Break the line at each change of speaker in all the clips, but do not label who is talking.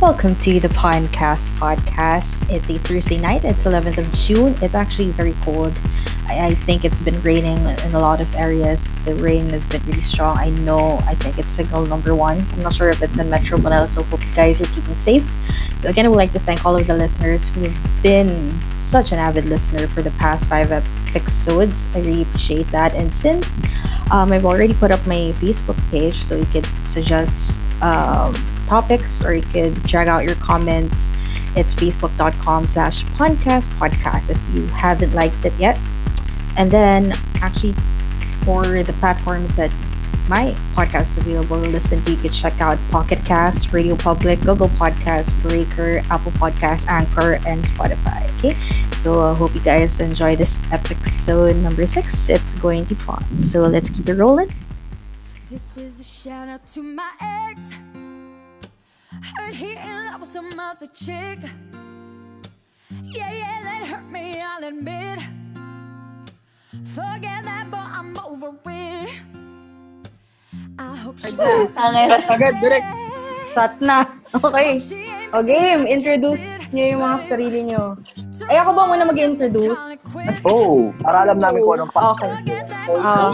Welcome to the Pinecast podcast. It's a Thursday night. It's 11th of June. It's actually very cold. I, I think it's been raining in a lot of areas. The rain has been really strong. I know. I think it's signal number one. I'm not sure if it's in Metro Manila, so hope you guys are keeping safe. So again, I would like to thank all of the listeners who have been such an avid listener for the past five episodes. I really appreciate that. And since um, I've already put up my Facebook page, so you could suggest um, topics or you could drag out your comments. It's facebook.com slash podcast podcast if you haven't liked it yet. And then actually for the platforms that my podcast is available to listen to, you could check out Pocket Cast, Radio Public, Google Podcast, Breaker, Apple Podcast, Anchor, and Spotify. Okay, so I hope you guys enjoy this episode number six. It's going to be fun. So let's keep it rolling.
This is a shout out to my ex. Heard he in love with some other chick. Yeah, yeah, that hurt me, I'll admit. Forget that, but I'm over it. I hope she
Agad, agad, direct. Shot na. Okay.
She ain't
O game, introduce niyo yung mga sarili niyo. Ay, ako ba muna mag-introduce?
quick.
Oh, para alam namin kung anong pa.
Okay.
Forget that,
Ah,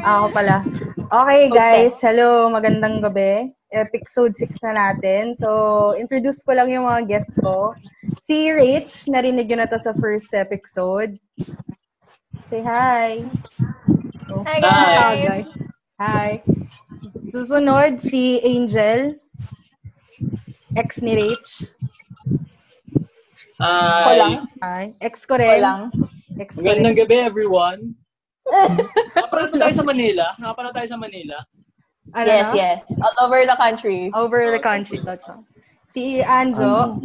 ah, ako pala. Okay, guys. Hello, magandang gabi. Episode 6 na natin. So, introduce ko lang yung mga guests ko. Si Rach, narinig nyo na to sa first episode. Say hi.
Hi,
Hi. Hi. Susunod, si Angel. Ex ni Rach.
Hi.
lang.
Hi. Ex ko rin.
Ako lang.
Ex ko rin.
Magandang gabi, everyone. Nakapanood ba tayo sa Manila? Nakapanood tayo sa Manila?
Ano
yes,
na? Oh,
yes. All over the country.
Over the country. Tocho. Si Anjo.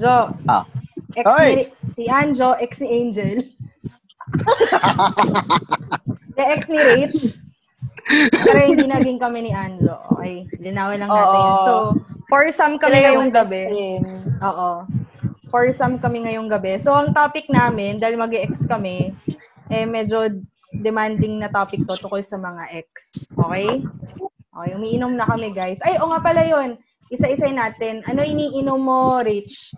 Jo.
Ah.
Ex
Hoy!
ni, si Anjo, ex ni Angel. The ex ni Rach. Pero hindi naging kami ni Anjo. Okay. Linawin lang natin
Oo.
yun. So, foursome kami
Sila
ngayong gabi.
extreme.
Oo. Foursome kami ngayong gabi. So, ang topic namin, dahil mag ex kami, eh medyo demanding na topic to tungkol sa mga ex. Okay? Okay, umiinom na kami, guys. Ay, o nga pala yun. Isa-isa natin. Ano iniinom mo, Rich?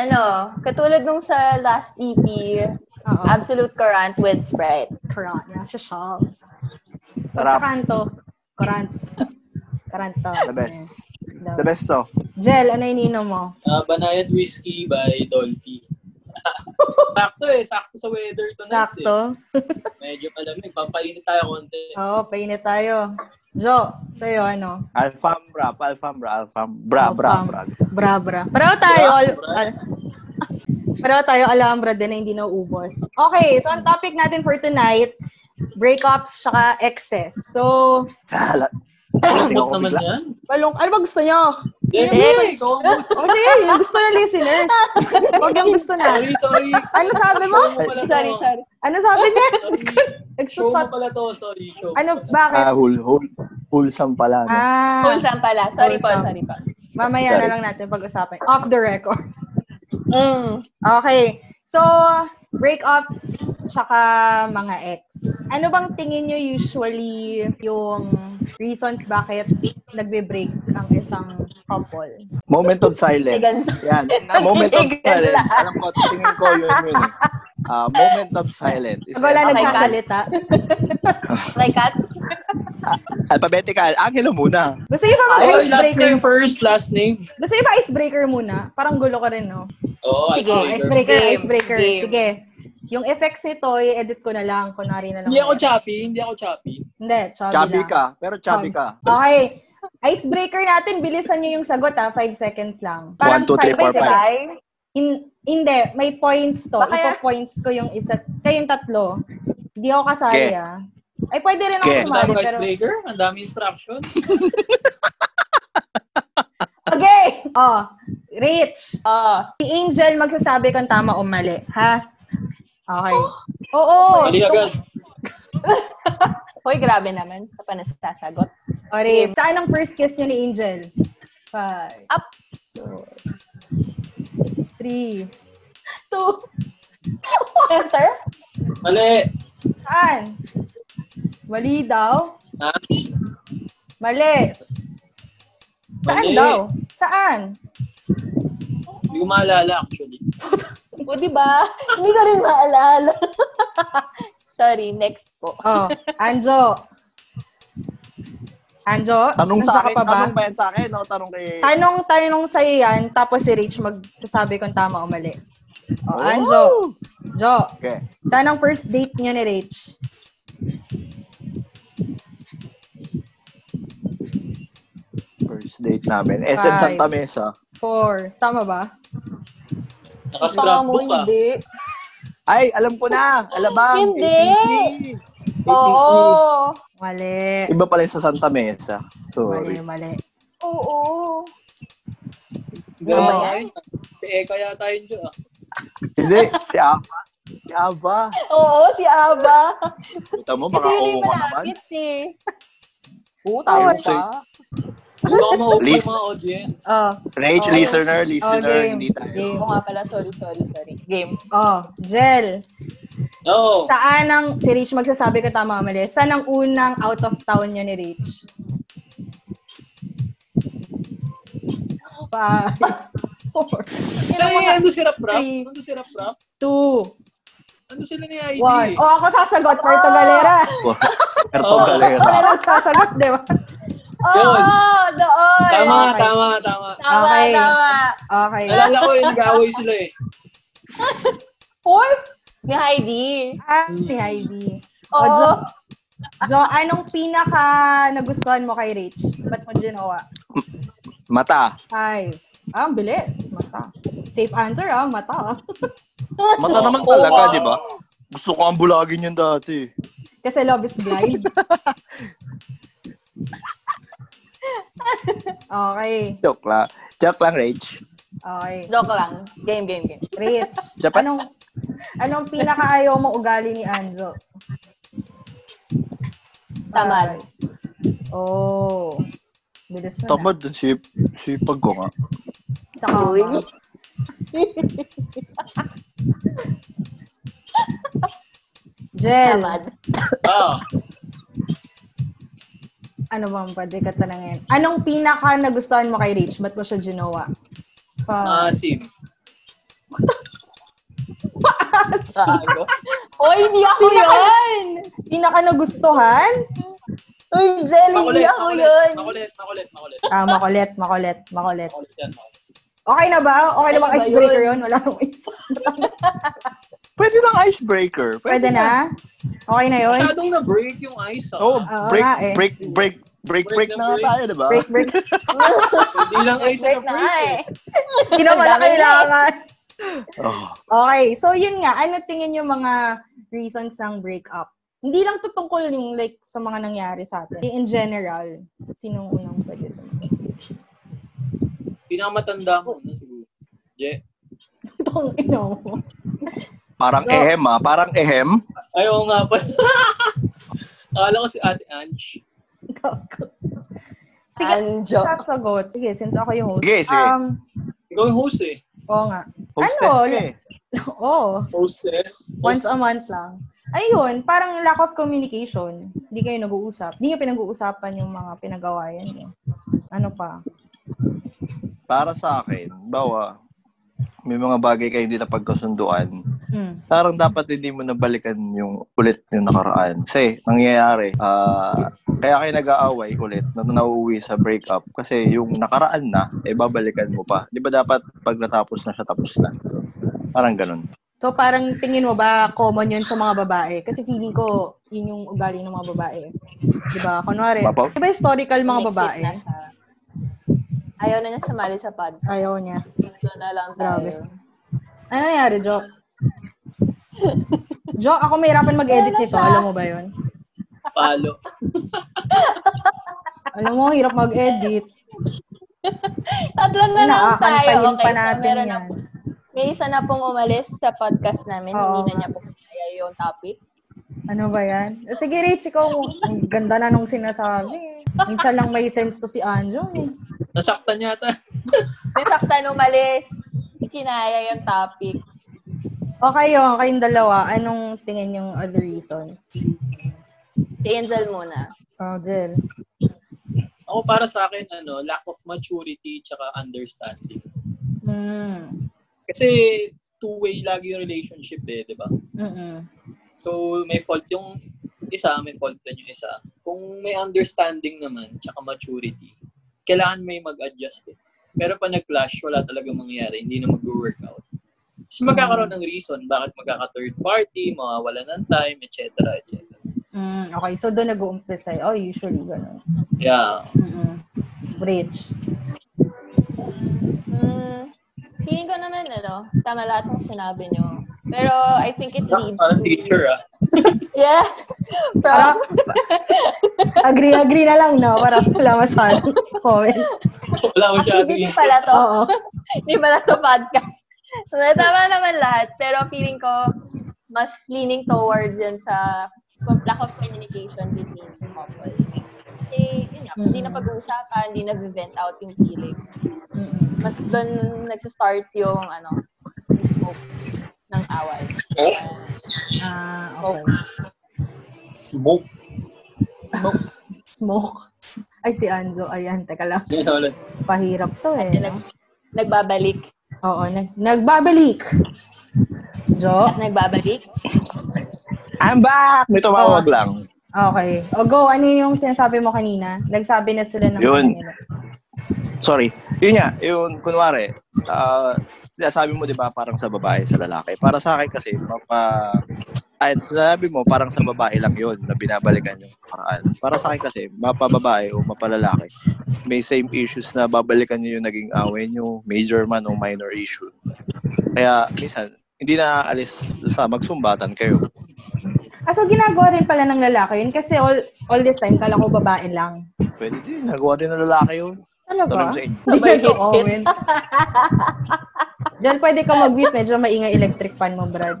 Ano, katulad nung sa last EP,
Oo.
Absolute Current with Sprite.
Currant. Yeah, siya siya. Pag sa
Sarap.
kanto, currant. Karanto.
The best. The best to.
Jel, ano iniinom mo?
Ah, Banayad Whiskey by Dolphy. sakto eh, sakto sa weather tonight eh.
Sakto. Ah.
Medyo malamig, pampainit tayo konti.
Oo, painit tayo. Jo, sa'yo, ano?
Alfambra, Alfambra, Alfambra, bra, bra.
Bra, bra. Pareho tayo.
Bra,
al-
bra.
al- pareho tayo Alhambra din na hindi nauubos. Okay, so ang topic natin for tonight, breakups tsaka exes. So,
Kala. Kasi
Pasok
ako
naman
bigla.
yan.
palong, ano ba gusto nyo?
Yes,
Yes.
yes. Go.
O sige, yung gusto ng listeners. Huwag yung gusto na.
Sorry, sorry.
Ano sabi mo?
Show mo pala to.
Sorry, sorry.
Ano sabi niya?
Show mo
Nagsushot.
pala to, sorry. Show.
Ano,
Ah,
bakit?
hul, hul, wholesome pala. No?
Ah,
Wholesome pala. Sorry po,
Wholesome.
sorry po.
mamaya na lang natin pag-usapan. Off the record.
Mm.
Okay. So, breakups tsaka mga ex. Ano bang tingin nyo usually yung reasons bakit nagbe-break ang isang couple?
Moment of silence.
Tigan-
Yan. Ah, Moment of
Tigan
silence.
lahat.
Alam ko, tingin ko yun yun. eh. Ah, moment of silence. Isa
Wala
Oh
yan.
Okay,
nagsasalita.
Like that?
Alphabetical. Angelo muna.
Gusto nyo ba
Ay, last
mag-icebreaker?
name first, last name.
Gusto nyo ba icebreaker muna? Parang gulo ka rin, no?
Oh,
Oo,
Sige,
icebreaker.
Icebreaker,
Game,
icebreaker.
game.
Sige. Yung effects nito, i-edit ko na lang. Kunwari na lang.
Hindi ako choppy, hindi ako choppy.
Hindi, chubby,
Chubby
lang.
ka. Pero chubby ka.
Okay. Icebreaker natin, bilisan nyo yung sagot ha. Five seconds lang.
One, two, three,
five diba?
four,
seconds.
five.
Bye.
In, hindi, may points to.
Baka-
Ipo-points ko yung isa. Kayong tatlo. Hindi ako kasali
Okay.
ah. Ay, pwede rin ako
Okay.
Ang
sumali.
dami
Pero...
icebreaker, ang dami instruction.
Okay! Oh, Rich.
Oh.
Si Angel magsasabi kung tama o mali. Ha? Okay. Oo.
Mali agad.
Hoy, grabe naman. Sa pa nasasagot.
O, Rich. Saan ang first kiss niyo ni Angel? Five.
Up.
two, Three. Two.
Enter?
Mali.
Saan? Mali daw?
Ha?
Mali. Saan
Mali.
daw? Saan?
Hindi ko maalala actually.
O, di ba? Hindi ko rin maalala. Sorry, next po.
Oh, Anjo. Anjo,
Tanong
nandiyan
sa
ka
akin,
pa ba?
tanong ba yan sa akin? O tanong kay...
Tanong, tanong sa'yo yan, tapos si Rich magsasabi kung tama o mali. Oh,
Ah,
Anjo. Jo,
Okay.
saan ang first date niyo ni Rich?
First date namin. SM
Five.
Santa Mesa.
Four. Tama ba?
Baka mo
Naka-scrapbook ka.
hindi.
Ay, alam ko na. Alabang.
Hindi.
ATT.
Oo.
Mali.
E Iba pala yung sa Santa Mesa.
Mali,
Sorry.
mali.
Oo.
Hindi ko
Oo.
maalala. Si Eka yata yun dyan. ah.
Hindi. Si Ava. Si Ava.
Oo, si Aba.
Puta mo, baka
Kasi yun
oo
yung
ka naman.
malapit eh. Oo, tama
Ayun,
ka.
Hindi ko maupo
Please.
yung mga audience.
Oh,
Rage,
Okay.
listener, listener,
Okay.
hindi tayo.
Game.
Oo nga pala, sorry, sorry, sorry. Game.
oh, Jel.
No.
Saan ang, si Rich magsasabi ka tama o mali, saan ang unang out of town niyo ni Rich? Five, four,
Saan yung ano si Rap Rap?
Three.
Ano si Rap Rap?
two,
Ano sila ni ID?
one. Oh, ako sasagot, Puerto Galera.
Erto
Oo.
Galera.
Wala lang sasagot, di ba?
Oo, doon.
Tama,
Okay.
tama, tama.
Tama,
Okay.
tama.
Okay.
Ah!
Nalala ko yung nag-away sila eh.
Fourth? Ni Heidi.
Ah, si Heidi. Oh,
Oo.
Jo, Jo, anong pinaka nagustuhan mo kay Rich? Ba't mo ginawa?
Mata.
Five. Ah, ang bilis. Mata. Safe answer, ah. Mata.
Mata naman talaga, di ba? Gusto ko ang bulagin yun dati.
Kasi love is blind. okay.
Joke lang. Joke lang, Rage.
Okay.
Joke lang. Game, game, game.
Rich,
Japan.
anong, anong pinakaayaw mong ugali ni Anjo?
Tamad.
Oh. Bilis mo
Tamad dun si, si ko nga.
na. Tsaka
Uy.
ka. Jel,
Tamad.
Ah,
ano bang pwede ka tanangin? Anong pinaka nagustuhan mo kay Rich? Ba't mo siya ginawa?
Ah.
Pa,
maasim.
Gago. Ah, Oy, hindi ako yun!
pinaka nagustuhan?
Uy, Jelly, hindi
Makulit,
ako
makulit,
yun!
makulit, makulit, makulit.
Ah, makulit, makulit, makulit.
Makulit yan, makulit.
Okay na ba? Okay na bang
Ano ba
icebreaker
yun?
yun? Wala akong isa.
Pwede ng icebreaker.
Pwede na? Okay na yun?
Masyadong na-break yung ice ah.
Oh,
Oo
break,
nga eh.
break, break, break, break,
Break
na
na
nga tayo, di ba?
Break, break.
Hindi lang ice
Wait
na
na nga
break eh.
eh.
Hindi na pala
Ang dami na eh.
kailangan.
Oh.
Okay, so yun nga. Ano tingin yung mga reasons ng breakup? Hindi lang to tungkol yung like sa mga nangyari sa atin. In general, sinong unang pwede sumagot?
Pinamatanda ko na siguro. Yeah.
Itong ino mo.
Parang
No.
ehem ah. Parang ehem.
Ayaw nga pa. Akala ko si Ate Ange.
Gago. Sige,
Anjo.
sasagot. Sige, since ako yung host.
Sige, sige.
Um,
Ikaw yung host eh.
oo nga.
Hostess
Ano?
ka eh.
Oo.
Hostess.
Once a month lang. Ayun, parang lack of communication. Hindi kayo nag-uusap. Hindi nyo pinag-uusapan yung mga pinagawayan nyo. Ano pa?
Para sa akin, bawa, may mga bagay kayo hindi napagkasunduan.
Hmm.
Parang dapat hindi mo nabalikan yung ulit yung nakaraan. Kasi, nangyayari, ah, kaya kayo nag-aaway ulit na nauwi sa breakup kasi yung nakaraan na, eh, babalikan mo pa. Di ba dapat pag natapos na siya, tapos na. Parang ganun.
So parang tingin mo ba common yun sa mga babae? Kasi feeling ko yun yung ugali ng mga babae. Di ba? Kunwari,
Mabaw?
di ba historical mga
Mix it
babae?
na siya. Ayaw na niya sumali sa podcast.
Ayaw niya.
Dito na lang
Grabe.
tayo.
Ano nangyari, Jo? Jo, ako mahirapan mag-edit
Wala
nito.
siya.
Alam mo ba yun?
Palo.
Alam mo, hirap mag-edit.
Tatlo na lang tayo.
Naakantayin
Okay,
pa
so
natin
meron na
yan.
po. May isa na pong umalis sa podcast namin.
Oo.
Hindi na niya po kaya yung topic.
Ano ba yan? Sige, Rich, ikaw, ang ganda na nung sinasabi. Minsan lang may sense to si Anjo. eh.
Nasaktan yata.
Yung saktan umalis. Hindi kinaya yung topic.
O kayo, kayong dalawa, anong tingin yung other reasons?
Si Angel muna.
Oh, Jel.
Ako para sa akin, ano, lack of maturity tsaka understanding.
Hmm,
Mm.
Kasi two-way lagi yung relationship eh, di ba?
Mm-mm.
So, may fault yung isa, may fault din yung isa. Kung may understanding naman, tsaka maturity, kailangan may mag-adjust eh. Pero pag nag-clash, wala talaga mangyayari. Hindi na mag-workout. Tapos magkakaroon ng reason bakit magkaka-third party, mawawala ng time, etc. etc.
Mm, okay, so doon nag-uumpisa. eh. Oh, usually ganun.
Yeah.
Mm-mm. Bridge.
Mm, feeling ko naman, ano, tama lahat ng sinabi nyo. Pero I think it leads
Parang teacher ah.
Yes!
Para,
From,
agree, agree na lang, no? Para wala masyadong comment.
Wala masyado
hindi
yung-
pala to.
Oo.
Hindi pala to podcast. So, tama naman lahat. Pero feeling ko, mas leaning towards yun sa com- lack of communication between couple. Kasi, yun nga,
Mm.
hindi na pag-uusapan, hindi na vent out yung feelings. Mas doon nagsistart yung, ano, yung smoke ng away.
Ah, okay.
Smoke.
Smoke.
Smoke. Ay, si Anjo. Ayan, teka lang.
Yun na ulit.
Pahirap to eh.
Yun,
no?
nag, nagbabalik.
Oo, nag nagbabalik. Jo?
At nagbabalik.
I'm back! May tumawag
Oh.
lang.
Okay. O go, ano yung sinasabi mo kanina? Nagsabi na sila ng
Yun.
kanila.
Sorry. Yun nga, yun, kunwari, ah, sabi mo, di ba, parang sa babae, sa lalaki. Para sa akin kasi, papa, ay, sabi mo, parang sa babae lang yun na binabalikan yung paraan. Para sa akin kasi, mapababae o mapalalaki, may same issues na babalikan nyo yung naging away nyo, major man o minor issue. Kaya, minsan, hindi na alis sa magsumbatan kayo.
Ah, so ginagawa rin pala ng lalaki yun kasi all all this time kala ko babae lang. Ano
Pwede din, nagawa din ng lalaki yun.
Talaga?
Tanong sa inyo.
Hindi
Sabay
na
hit-hit.
comment. Diyan pwede ka mag-mute. Medyo maingay electric fan mo, Brad.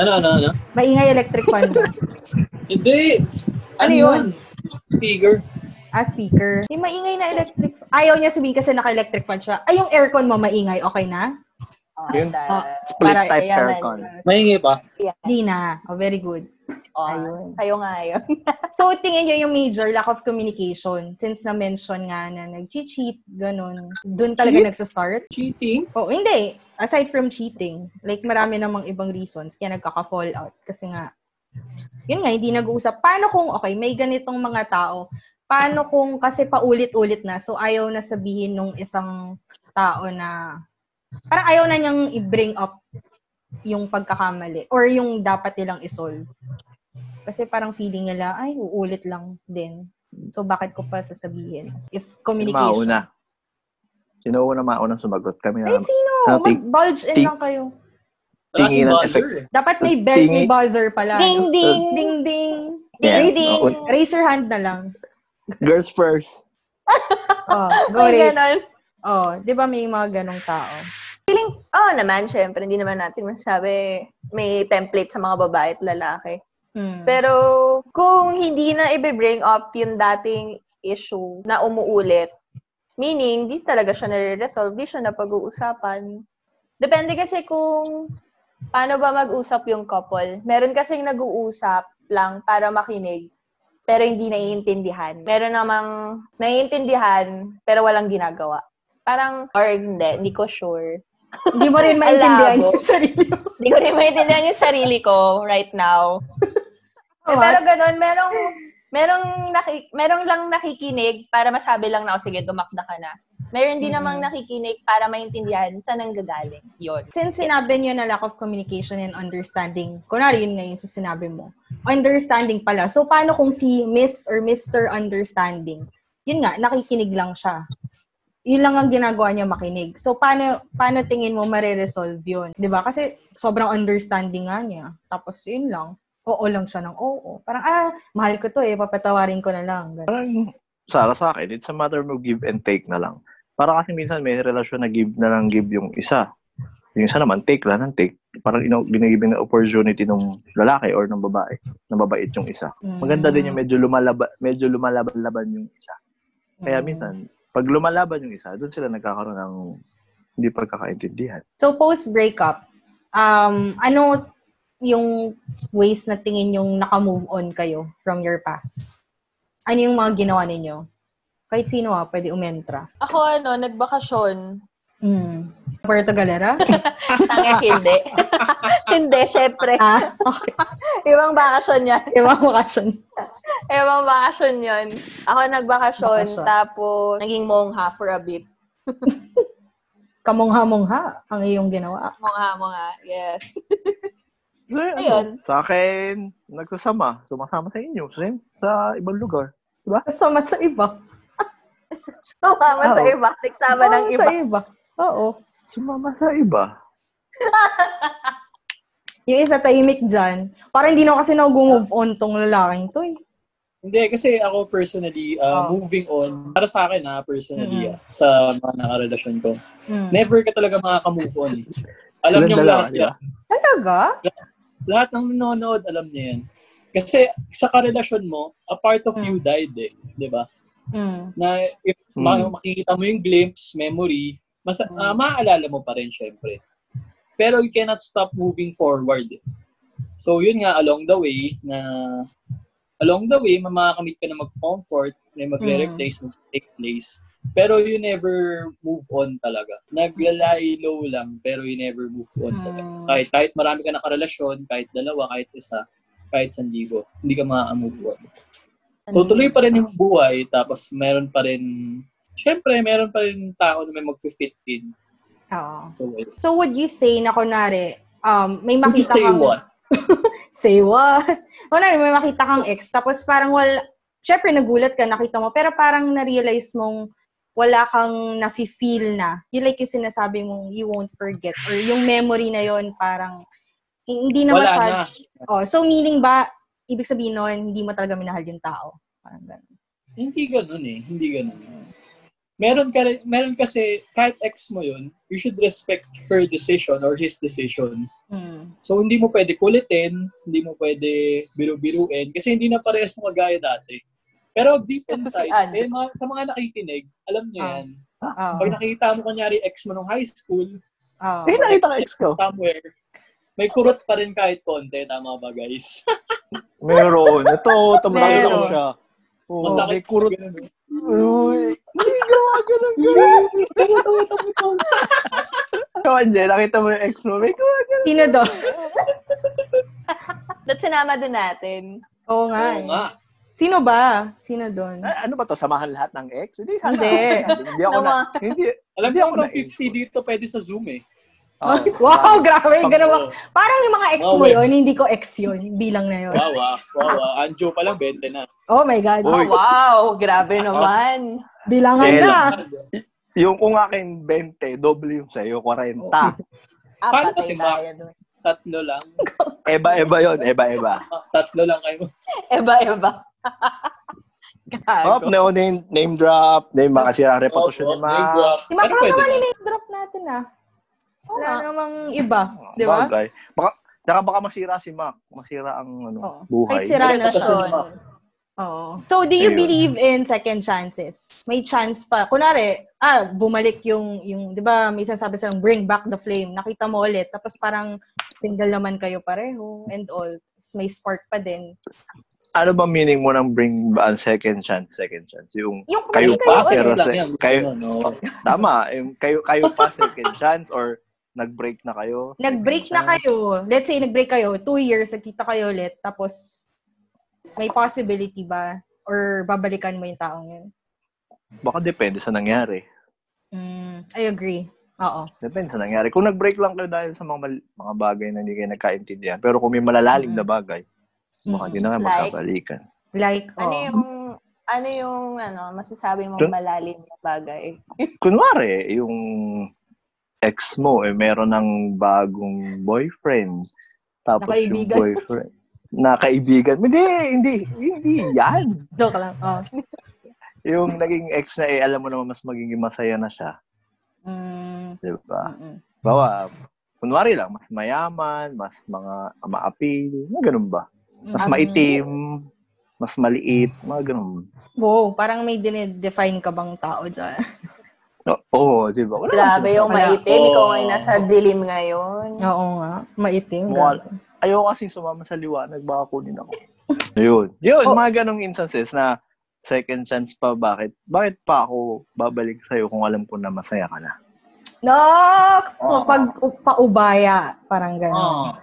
Ano, ano, ano?
Maingay electric fan mo.
Hindi.
Ano yun?
Figure.
Ah, speaker. Yung maingay na electric Ayaw niya sabihin kasi naka-electric fan siya. Ay, yung aircon mo maingay. Okay na?
Oh,
Yun.
that-
Oh,
Split
Para-
type
ayan,
aircon.
Mahingi pa.
Yeah.
Hindi na. Oh, very good.
Oh,
Ayun.
Kayo nga yun.
So, tingin niyo yung major lack of communication since na-mention nga na nag-cheat, ganun. Doon talaga nagsa-start?
Cheating?
Oh, hindi. Aside from cheating, like marami namang ibang reasons kaya nagkaka-fallout. Kasi nga, yun nga, hindi nag-uusap. Paano kung, okay, may ganitong mga tao, paano kung kasi paulit-ulit na, so ayaw na sabihin nung isang tao na, parang ayaw na niyang i-bring up yung pagkakamali or yung dapat nilang isolve. Kasi parang feeling nila, ay, uulit lang din. So, bakit ko pa sasabihin? If communication.
Mauna. Sino na maunang sumagot? Kami na
Ay, sino?
Ah, ti-
Mag-bulge in
ti-
lang kayo.
Wala kasing
Tingin ng
buzzer
effect.
eh.
Dapat may bell, may
Tingi-
buzzer pala.
Ding,
no?
ding.
Ding, ding.
Yeah.
Raise,
Ding.
Oh,
raise your hand na lang.
Girls first.
Oh, go
May
raise.
ganon.
Oh, di ba may mga ganong tao?
Feeling, oh naman, syempre, hindi naman natin masasabi may template sa mga babae at lalaki.
Hmm.
Pero kung hindi na i-bring up yung dating issue na umuulit, meaning, di talaga siya nare-resolve, di siya napag-uusapan. Depende kasi kung paano ba mag-usap yung couple. Meron kasing nag-uusap lang para makinig, pero hindi naiintindihan. Meron namang naiintindihan, pero walang ginagawa. Parang, or hindi, hindi ko sure.
Hindi mo rin maintindihan
Alabo.
yung sarili mo.
Hindi ko rin maintindihan yung sarili ko right now. Eh, pero ganun, merong, merong, naki, merong lang nakikinig para masabi lang na, o sige, tumakda ka na. Meron din namang nakikinig para maintindihan saan ang gagaling. Yun.
Since sinabi niyo na lack of communication and understanding, kunwari yun ngayon sa sinabi mo, understanding pala. So, paano kung si Miss or Mr. Understanding? Yun nga, nakikinig lang siya. Yun lang ang ginagawa niya makinig. So, paano, paano tingin mo mareresolve yun? 'Di ba Kasi sobrang understanding nga niya. Tapos, yun lang. Oo lang siya ng oo. Parang, ah, mahal ko to eh, papatawarin ko na lang. Ganun.
Parang, Sara, sa akin, it's a matter of give and take na lang. Para kasi minsan may relasyon na give na lang give yung isa. Yung isa naman, take lang ng take. Parang ino, binigibin na opportunity ng lalaki or ng babae. Nang babait yung isa. Maganda din yung medyo, lumalaba, medyo lumalaban-laban yung isa.
Mm.
Kaya minsan, pag lumalaban yung isa, doon sila nagkakaroon ng hindi pagkakaintindihan.
So post breakup, um ano yung ways na tingin yung naka-move on kayo from your past? Ano yung mga ginawa ninyo? Kahit sino ah, pwede umentra.
Ako ano, nagbakasyon.
Mm. Puerto Galera?
Tangek, hindi. hindi, syempre.
ah, okay.
Ibang bakasyon yan.
Ibang vacation.
Ewan, bakasyon yun. Ako nagbakasyon,
Bakasyon.
tapos naging mongha for a bit.
Kamungha-mungha ang iyong ginawa. Ah,
Mongha, mongha, yes.
So, ano,
Ayun.
Sa akin, nagsasama. Sumasama sa inyo. Same sa ibang lugar.
Sama diba? sa iba. Oh.
Sumama sa
Oo.
iba, nagsama ng
Sama
iba.
Ah, Sa iba. Oo.
Sumama sa iba.
Yung isa tahimik dyan. Parang hindi na kasi nag-move on tong lalaking to eh.
Hindi, kasi ako personally, uh,
Oh.
moving on, para sa akin ha, personally,
Mhm.
ah, sa mga nakarelasyon ko,
Mm.
never ka talaga makaka-move on. eh. Alam
Sila
niyo
dalawa,
lahat
di
yan.
ba?
Talaga?
Lahat ng nanonood, alam niya yan. Kasi sa karelasyon mo, a part of you died eh. Di ba?
Mm.
Na if
Mm.
ma- makikita mo yung glimpse, memory, mas, ah, maaalala mo pa rin syempre. Pero you cannot stop moving forward. eh. So yun nga, along the way, na along the way, mamakamit ka na mag-comfort, may
Mm.
magre-replace, mag-take place. Pero you never move on talaga. Naglalay low lang, pero you never move on talaga.
Mm.
Kahit, kahit marami ka na karelasyon, kahit dalawa, kahit isa, kahit sandigo, hindi ka maka-move on. Tutuloy pa rin yung buhay, tapos meron pa rin, syempre, meron pa rin tao na may mag-fit in.
Oo.
So, ayun.
So would you say na kunwari, um, may
would you
makita
say
kang...
what?
Say what? Kunwari, may makita kang ex, tapos parang wala... Siyempre, nagulat ka, nakita mo, pero parang na-realize mong wala kang nafe-feel na. Yun like yung sinasabi mong you won't forget or yung memory na yon parang hindi na
Wala
masyad.
na.
Oh, so meaning ba, ibig sabihin nun, hindi mo talaga minahal yung tao? Parang ganun.
Hindi ganun eh. Hindi ganun. Meron, ka, rin- meron kasi, kahit ex mo yun, you should respect her decision or his decision.
Mm.
So, hindi mo pwede kulitin, hindi mo pwede biru-biruin, kasi hindi na parehas na magaya dati. Pero deep inside, eh, mga- sa mga nakikinig, alam
Ah.
niyo yan.
Oo.
Pag nakita mo, kunyari, ex mo nung high school,
Oo.
Eh, nakita ka ex ko.
somewhere, may kurot pa rin kahit konti. Tama ba, guys?
Meron. Ito, tumatawid
Meron.
ako siya. Oo,
Masakit
may kurot.
na ganun, eh.
Uy, hindi gawa ganun, ganun. Ikaw, Anjay, nakita mo yung ex mo. May gawa ganun.
Sino do?
At sinama din natin.
Oo nga.
Oo
eh.
nga.
Sino ba? Sino doon?
Ay, ano ba to? Samahan lahat ng ex? Hindi, sana.
Hindi.
hindi ako na.
Nawa.
Hindi.
Alam
Hindi
niyo,
ako
hanggang
na-age.
50 dito pwede sa Zoom eh.
Oh,
Oo.
wow, grabe. Ganun ba?
Oo.
Parang yung mga ex
Wow,
Oh,
mo
eh.
yun, hindi ko ex yun. Bilang na yun.
Wow, ah. wow. ah. Anjo pa lang, 20 na.
Oh my God.
Oh,
Uy.
wow, grabe naman.
Bilangan
Kailan? Ano
na.
Yung kung akin 20, doble yung sa'yo, 40.
Apat
Paano kasi,
na
Ma?
tayo dun.
Tatlo lang.
Eba-eba yon eba-eba.
Ah, Tatlo lang kayo.
Eba, eba.
Hop,
Gago.
no name, name drop, name makasira ang reputasyon ni
Oo, Oh, may
Ma.
guwap.
Di ba,
Pero
kung
pwede
naman
na.
yung drop natin ah. Wala namang iba. Di ba?
Bagay. Baka, tsaka baka masira si Mac. Masira ang ano,
Oo.
buhay.
Kahit sira na siya.
Relasyon.
Oo. So, do you
Ayun.
believe in second chances? May chance pa. Kunwari, ah, bumalik yung, yung di ba, may sinasabi silang bring back the flame. Nakita mo ulit. Tapos parang single naman kayo pareho and all. Tapos may spark pa din.
Ano ba meaning mo ng bring ba ang second chance, second chance? Yung
Yung
kayo
bumalik kayo
pa, sir.
ulit.
Lang
Rose.
yan, gusto
Kayo-
mo, no?
Tama, yung kayo, kayo pa second chance or nag-break na kayo.
Nag-break na kayo. Let's say, nag-break kayo. Two years, nagkita kayo ulit. Tapos, may possibility ba? Or babalikan mo yung taong yun?
Baka depende sa nangyari.
Mm, I agree. Oo.
Depende sa nangyari. Kung nag-break lang kayo dahil sa mga, mal- mga bagay na hindi kayo nagkaintindihan, pero kung may malalalim
Mm.
na bagay, baka
Mhm.
di na kayo
Like?
magkabalikan.
Like,
Ano
oh.
yung, ano yung, ano, masasabi mong
Dun-
malalim na bagay?
Kunwari, yung ex mo, eh, meron ng bagong boyfriend. Tapos yung
Nakaibigan.
boyfriend. na kaibigan. Hindi, hindi, hindi yan.
Joke lang. Oh.
Yung naging ex na eh, alam mo naman mas magiging masaya na siya.
Mm,
Di ba?
mm, mm.
Bawa, kunwari lang, mas mayaman, mas mga maapil, mga ganun ba? Mas
Mm.
maitim, mas maliit, mga ganun.
Wow, parang may dinedefine ka bang tao dyan?
O- Oo, oh, di ba? Wala naman
Grabe yung
Ano?
sinasabi.
maitim. Ikaw
Oo.
ay nasa dilim ngayon.
Oo nga. Maitim.
Mukha,
Oh.
ayoko kasi sumama sa liwanag, baka kunin ako. Yun. Yun, mga ganong instances na second chance pa, bakit? Bakit pa ako babalik sa'yo kung alam ko na masaya ka na?
Nox!
Oo.
Pag paubaya. Parang gano'n.
Oh.
Oo.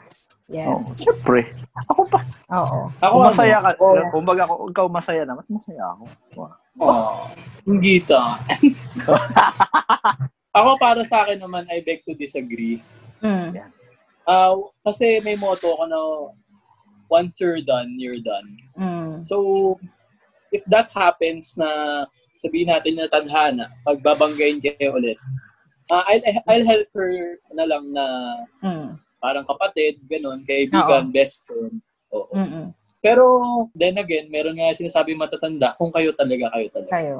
Oo,
Yes.
syempre. Ako pa.
Oo.
Ako, ano?
Kung masaya ka,
Oo.
kung baga ako, ikaw masaya na, mas masaya ako. Wow.
Oh, ang gita. ako para sa akin naman, I beg to disagree.
Mm.
Ah, kasi may motto ako na once you're done, you're done.
Mm.
So, if that happens na sabihin natin na tadhana, pagbabanggain kayo ulit, ah, I'll, I'll help her na lang na
Mm.
parang kapatid, ganun, kaibigan, best friend. Oo.
Mm-mm.
Pero, then again, meron nga sinasabi matatanda kung kayo talaga, kayo talaga.
Kayo.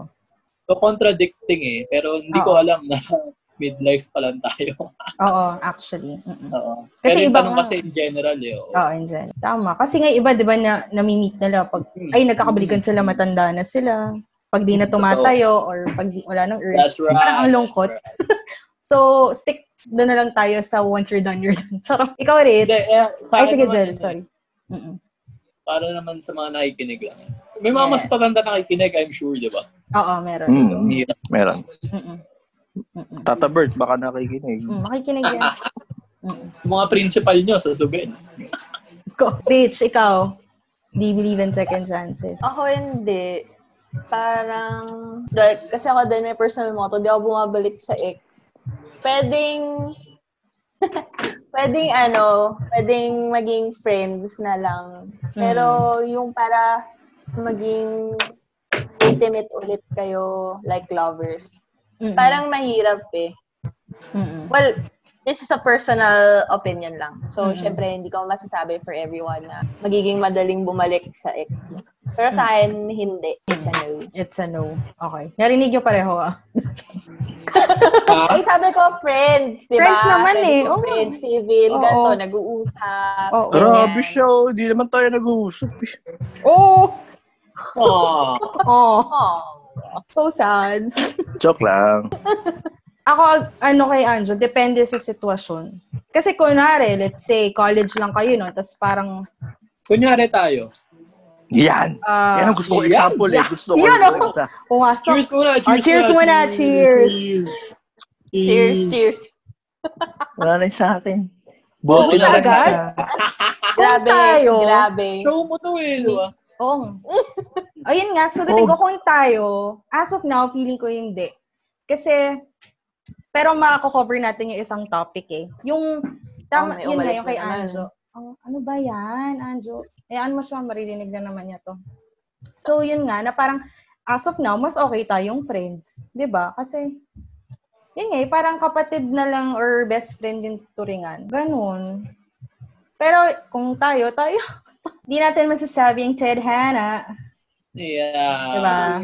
So, contradicting eh. Pero hindi ko
Oo.
alam, nasa midlife pa lang tayo.
Oo, actually. Mm, Mm-mm.
Oo.
Kasi
Pero yung
iba
tanong
nga.
kasi in general eh. oo.
Oo, in general. Tama. Kasi nga iba, di ba, na, nami-meet nila pag,
Hmm.
ay, nagkakabalikan sila, matanda na sila. Pag di na tumatayo or pag di, wala nang urge.
That's right.
Parang ang lungkot. So, stick doon na lang tayo sa once you're done, you're done. Charot. Ikaw, Rich.
Hindi, eh, sa
Ay,
akin
Ah, sige,
naman
Jel.
yun eh.
Sorry. Mm-mm.
Para naman sa mga nakikinig lang. eh. May mga mas patanda nakikinig, I'm sure, di ba?
Oo, meron.
Ang
Mm,
hirap.
meron.
Mm-mm. Mm-mm.
Tata Bert, baka nakikinig.
Mm, Makikinig yan. Mm-mm.
Yung Mga principal nyo sa Subin.
Go. Rich, ikaw. Do you believe in second chances?
Ako hindi. Parang, like, kasi ako din may personal motto, di ako bumabalik sa ex. Pwedeng, pwedeng ano, pwedeng maging friends na lang. Pero yung para maging intimate ulit kayo, like lovers.
Mm-mm.
Parang mahirap eh.
Mm-mm.
Well, this is a personal opinion lang. So,
Mm.
syempre, hindi ko masasabi for everyone na magiging madaling bumalik sa ex. mo. Pero sa akin, hindi. It's a no.
It's a no. Okay. Narinig nyo pareho, ah.
Ay, sabi ko, friends, di ba?
Friends naman
Sabi
eh,
ko,
oo.
Friends, civil,
Oo.
ganito, nag-uusap.
Oo.
ganyan.
Grabe siya, oh. di naman tayo nag-uusap. eh.
Oh!
Aww.
Oh!
Oh.
So sad.
Joke lang.
Ako, ano kay Anjo, depende sa sitwasyon. Kasi kunwari, let's say, college lang kayo, no? Tapos parang...
Kunyari tayo.
Yan.
ah,
Yan ang gusto ko
Yan.
example eh.
Yan.
Gusto ko.
Yan,
yung
oh.
isa.
Pumasok.
Cheers muna! Cheers,
Oh, cheers muna, cheers.
Cheers, cheers.
Wala na yung sa Ah, atin. Buti
Oo,
na lang.
agad?
na-
Grabe,
tayo.
grabe.
Show mo to eh, di ba?
Oo. Ayun nga, so tingin ko kung tayo, as of now, feeling ko yung di. Kasi, pero makakover natin yung isang topic eh. Yung, tama,
Oh, may
yun nga
umalis
yung kay
na naman.
Anjo. Oh, ano ba yan, Anjo? Ayan mo siya, maririnig na naman niya to. So, yun nga, na parang, as of now, mas okay tayong friends. 'Di ba Kasi, yun nga, eh, parang kapatid na lang or best friend yung turingan. Ganun. Pero kung tayo, tayo, di natin masasabi yung Ted Hanna.
Yeah.
Diba?
Ah.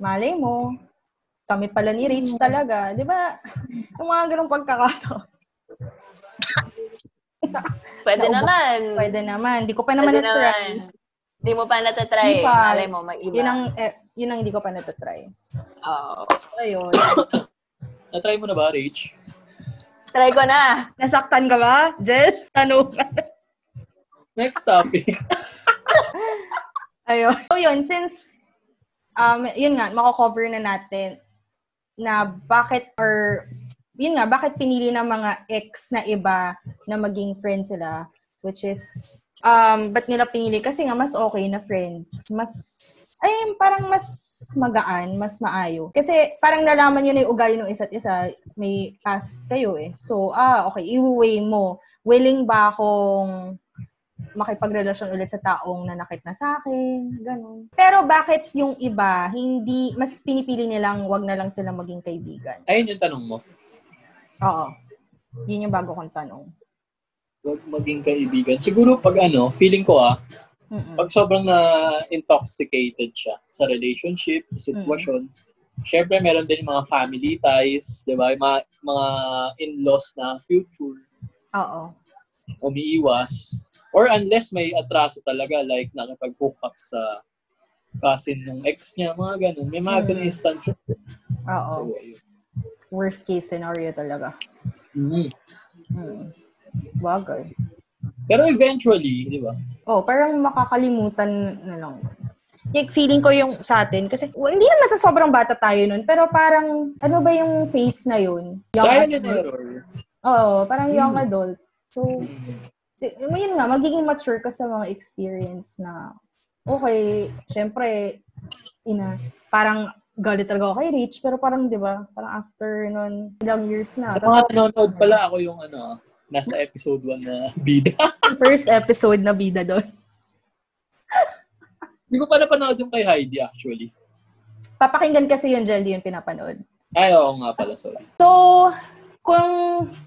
Malay mo. Kami pala ni Rich talaga. Di ba? Yung mga ganong pagkakataon.
Pwede
Naubo-
naman.
Pwede naman. Di ko pa naman
Pwede
na-try.
naman. Hindi mo pa
Di
natatry. eh.
pa.
Malay mo, mag-iba.
Yun ang, eh, yun ang di ko pa natatry.
Oo.
So, Ayun.
Na-try mo na ba, Rach?
Try ko na.
Nasaktan ka ba, Jess? Ano ka?
Next topic.
Ayun. So yun, since, um, yun nga, makocover na natin na bakit or, yun nga, bakit pinili ng mga ex na iba na maging friends sila, which is, um, ba't nila pinili? Kasi nga, mas okay na friends. Mas, ay, parang mas magaan, mas maayo. Kasi parang nalaman yun na yung ugali ng isa't isa, may past kayo eh. So, ah, okay, i-weigh mo. Willing ba akong makipagrelasyon ulit sa taong nanakit na sa akin, ganun. Pero bakit yung iba, hindi, mas pinipili nilang wag na lang sila maging kaibigan?
Ayun yung tanong mo.
Oo. Yun yung bago kong tanong.
Huwag maging kaibigan. Siguro pag ano, feeling ko ah,
Mm-mm.
pag sobrang na intoxicated siya sa relationship,
Mm.
sa sitwasyon, syempre meron din yung mga family ties, di ba? Yung Mga, mga in-laws na future,
Oo.
umiiwas. Or unless may atraso talaga, like nakipag-hook up sa cousin ng ex niya, mga ganun. May mga
Mm.
ganun instance.
Oo.
So, ayun.
Worst case scenario talaga.
Mhm.
Mm. Bagay.
Pero eventually, di ba?
Oh, parang makakalimutan na lang. Yung feeling ko yung sa atin. Kasi well, hindi naman sa sobrang bata tayo nun. Pero parang, ano ba yung phase na yun? Young
Trial and
adult.
error.
Oo, parang young adult. So, si- yun nga, magiging mature ka sa mga experience na, okay, syempre, ina, parang galit talaga ako kay Rich, pero parang, di ba, parang after nun, ilang years na.
Sa mga nanonood pala ako yung ano, nasa episode 1 na bida.
First episode na bida doon.
Hindi ko pa napanood yung kay Heidi actually.
Papakinggan kasi yung Jelly yung pinapanood.
Ay, oo nga pala, sorry.
So, kung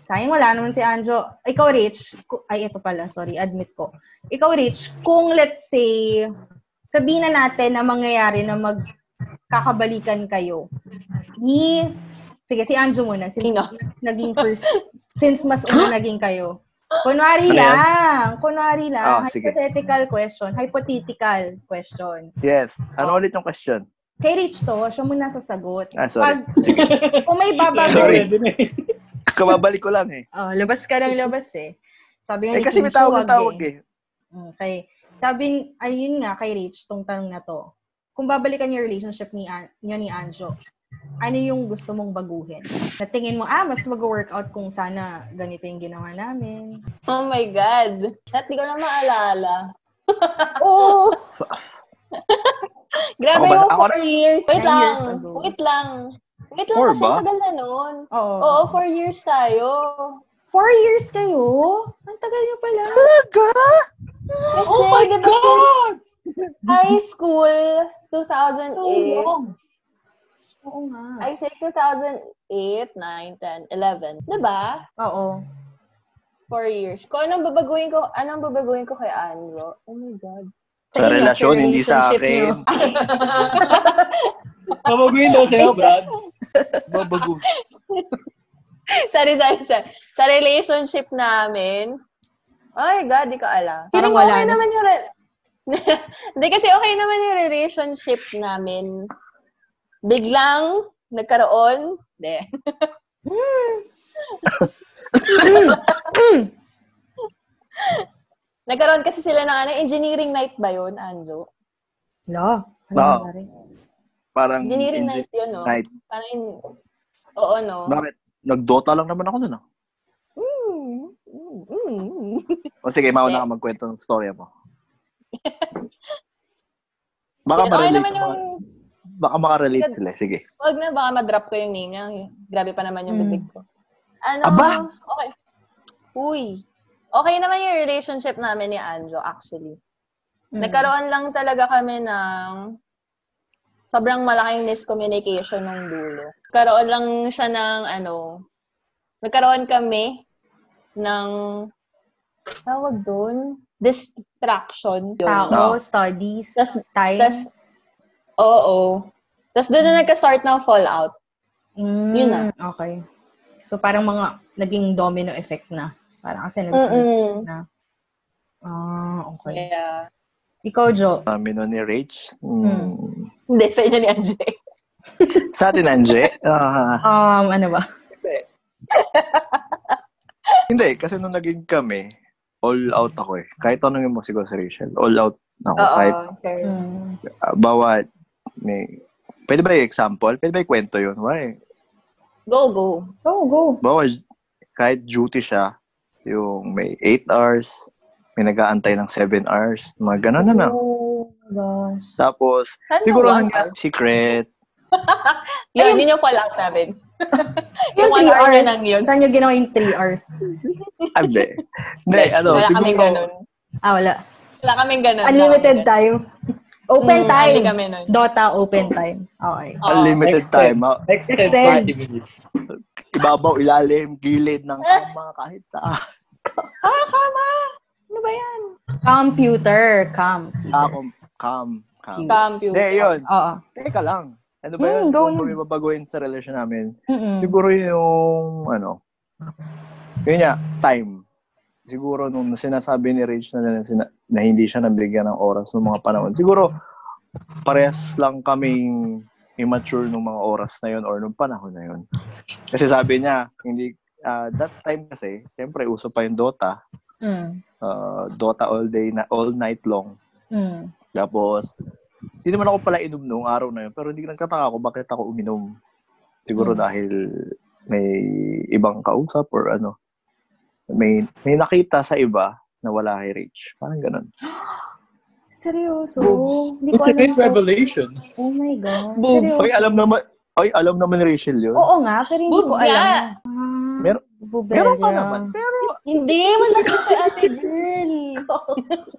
sayang wala naman si Anjo, ikaw Rich, ku- ay ito pala, sorry, admit ko. Ikaw Rich, kung let's say, sabihin na natin na mangyayari na magkakabalikan kayo, ni, sige, si Anjo muna, since
Ino.
mas naging first, since mas una naging kayo. Kunwari
Ano yan?
lang, kunwari lang,
Ah, sige.
hypothetical question, hypothetical question.
Yes. Ano ulit yung question?
Kay Rich to, siya muna sasagot.
Ah, sorry.
kung may babago,
Sorry.
Pwede na eh.
Kababalik ko lang eh.
Oh, labas ka ng labas eh. Sabi nga ni
Eh kasi
Kim
may
Chuwag
tawag na tawag eh.
Okay. Sabi, Mm, ayun nga kay Rich, tong tanong na to. Kung babalikan yung relationship ni An- niyo ni Anjo, ano yung gusto mong baguhin? Natingin mo, ah, mas mag-workout kung sana ganito yung ginawa namin.
Oh my God. At di ko na maalala.
Oo!
Oh. Grabe
Ako ba-
yung
ako-
four years. Wait
Nine
lang.
years ago.
Wait lang. Wait lang
Four
kasi
ba?
tagal na nun.
Oo.
Oo, four years tayo.
Four years kayo? Ang tagal niyo pala.
Kasi, oh my God! High school, 2008.
Oo nga.
I think 2008, 9, 10, 11. Diba?
Oo.
Four years. Kung anong babaguhin ko, anong babaguhin ko kay Andrew? Oh my God.
Sa
inyo,
relasyon, hindi sa
relationship niyo.
akin.
Pabaguhin daw sa'yo, Brad.
Babago.
sorry, sorry, sorry. Sa relationship namin, oh my God, di ko alam.
Parang
Feeling ko
wala
okay
na.
naman yung... re- Hindi kasi okay naman yung relationship namin. Biglang nagkaroon. Hindi. nagkaroon kasi sila ng ano, engineering night ba yun, Anjo?
Wala. Ano
Oo.
nangyari?
Parang
Engineering
engi-
night yun, no?
night.
Parang, in- oo, no?
Bakit? Nag-Dota lang naman ako nun ah.
Mm, mm, mm.
O sige, mauna
Eh.
ka magkwento ng storya mo. Baka
Yun, okay
ma-relate.
naman
yung
yung...
mga- Baka makarelate sila. Sige.
Wag na, baka ma-drop ko yung name niya. Grabe pa naman yung
Mm.
bibig ko. Ano?
Aba!
Okay. Uy. Okay naman yung relationship namin ni Anjo, actually.
Mm.
Nagkaroon lang talaga kami ng sobrang malaking miscommunication nung dulo. Nagkaroon lang siya ng ano, nagkaroon kami ng tawag doon, distraction.
Tao,
Oo.
studies,
Tas-
time.
Tapos, oo. Tapos doon na nagka-start ng fallout.
Mm,
Yun na.
Okay. So, parang mga naging domino effect na. Parang kasi nag
Mm-mm.
na. Ah, okay.
Yeah.
Ikaw, Jo.
Namin nun Ah, ni Rage. Mm.
Hindi, sa inyo ni Anjay.
Sa atin, Anje. Ah,
Um, ano ba?
hindi, kasi nung naging kami, all out ako eh. Kahit tanongin mo siguro si Rachel, all out na ako. Kahit
fair.
Mm.
ah, bawat may... Pwede ba yung example? Pwede ba yung kwento yun? Why?
Go, go.
Go, go.
Bawat, kahit duty siya, yung may 8 hours, may nag-aantay ng 7 hours, mga ganun na na.
Oh, my gosh.
Tapos,
Ano
siguro
ba?
ang secret.
Yun, yun yung fallout namin.
Yung
Yung
3
one hour na
hours.
lang yun.
Saan nyo ginawa yung 3 hours?
Ah, Hindi. Hindi, ano,
Wala
siguro,
kaming ganun.
Ah, wala.
Wala kaming ganun. Wala
Unlimited
kaming ganun.
tayo. Open
Mm,
time.
hindi kami nun.
Dota, open time. Okay.
Oo.
unlimited time. ah,
Extend.
Extend.
30 minutes.
Ibabaw, ilalim, gilid ng kama, kahit saan.
Ah, kama! Ano ba yan?
Computer. Com.
Ako, calm, calm.
Computer.
Hindi, yun.
Oo.
Teka lang. Ano ba
Hmm,
yun?
go Hmm.
Kung
yun.
may babaguhin sa relasyon namin,
Mm-mm.
siguro yung, ano, yun niya, time. Siguro nung sinasabi ni Rach na, na, sina- na hindi siya nabigyan ng oras ng mga panahon, siguro parehas lang kaming immature nung mga oras na yun or nung panahon na yun. Kasi sabi niya, hindi, ah, that time kasi, siyempre, uso pa yung Dota.
Mm.
ah, Dota all day, na all night long.
Mm.
Tapos, Hindi naman ako pala inom noong araw na yun, pero hindi nagtataka ako bakit ako uminom. Siguro
Mm.
dahil may ibang kausap or ano. May, may nakita sa iba na wala kay Rich. Parang ganun.
Seryoso?
Boobs.
Hindi ko
What a
alam.
great
to.
revelation.
Oh my God.
Boobs.
Seryoso?
Ay, alam naman, ay, alam naman ni Rachel yun.
Oo nga, pero hindi
Boobs
ko alam.
nga.
Mer- meron ka naman. Pero,
Hindi, malaki si ate girl.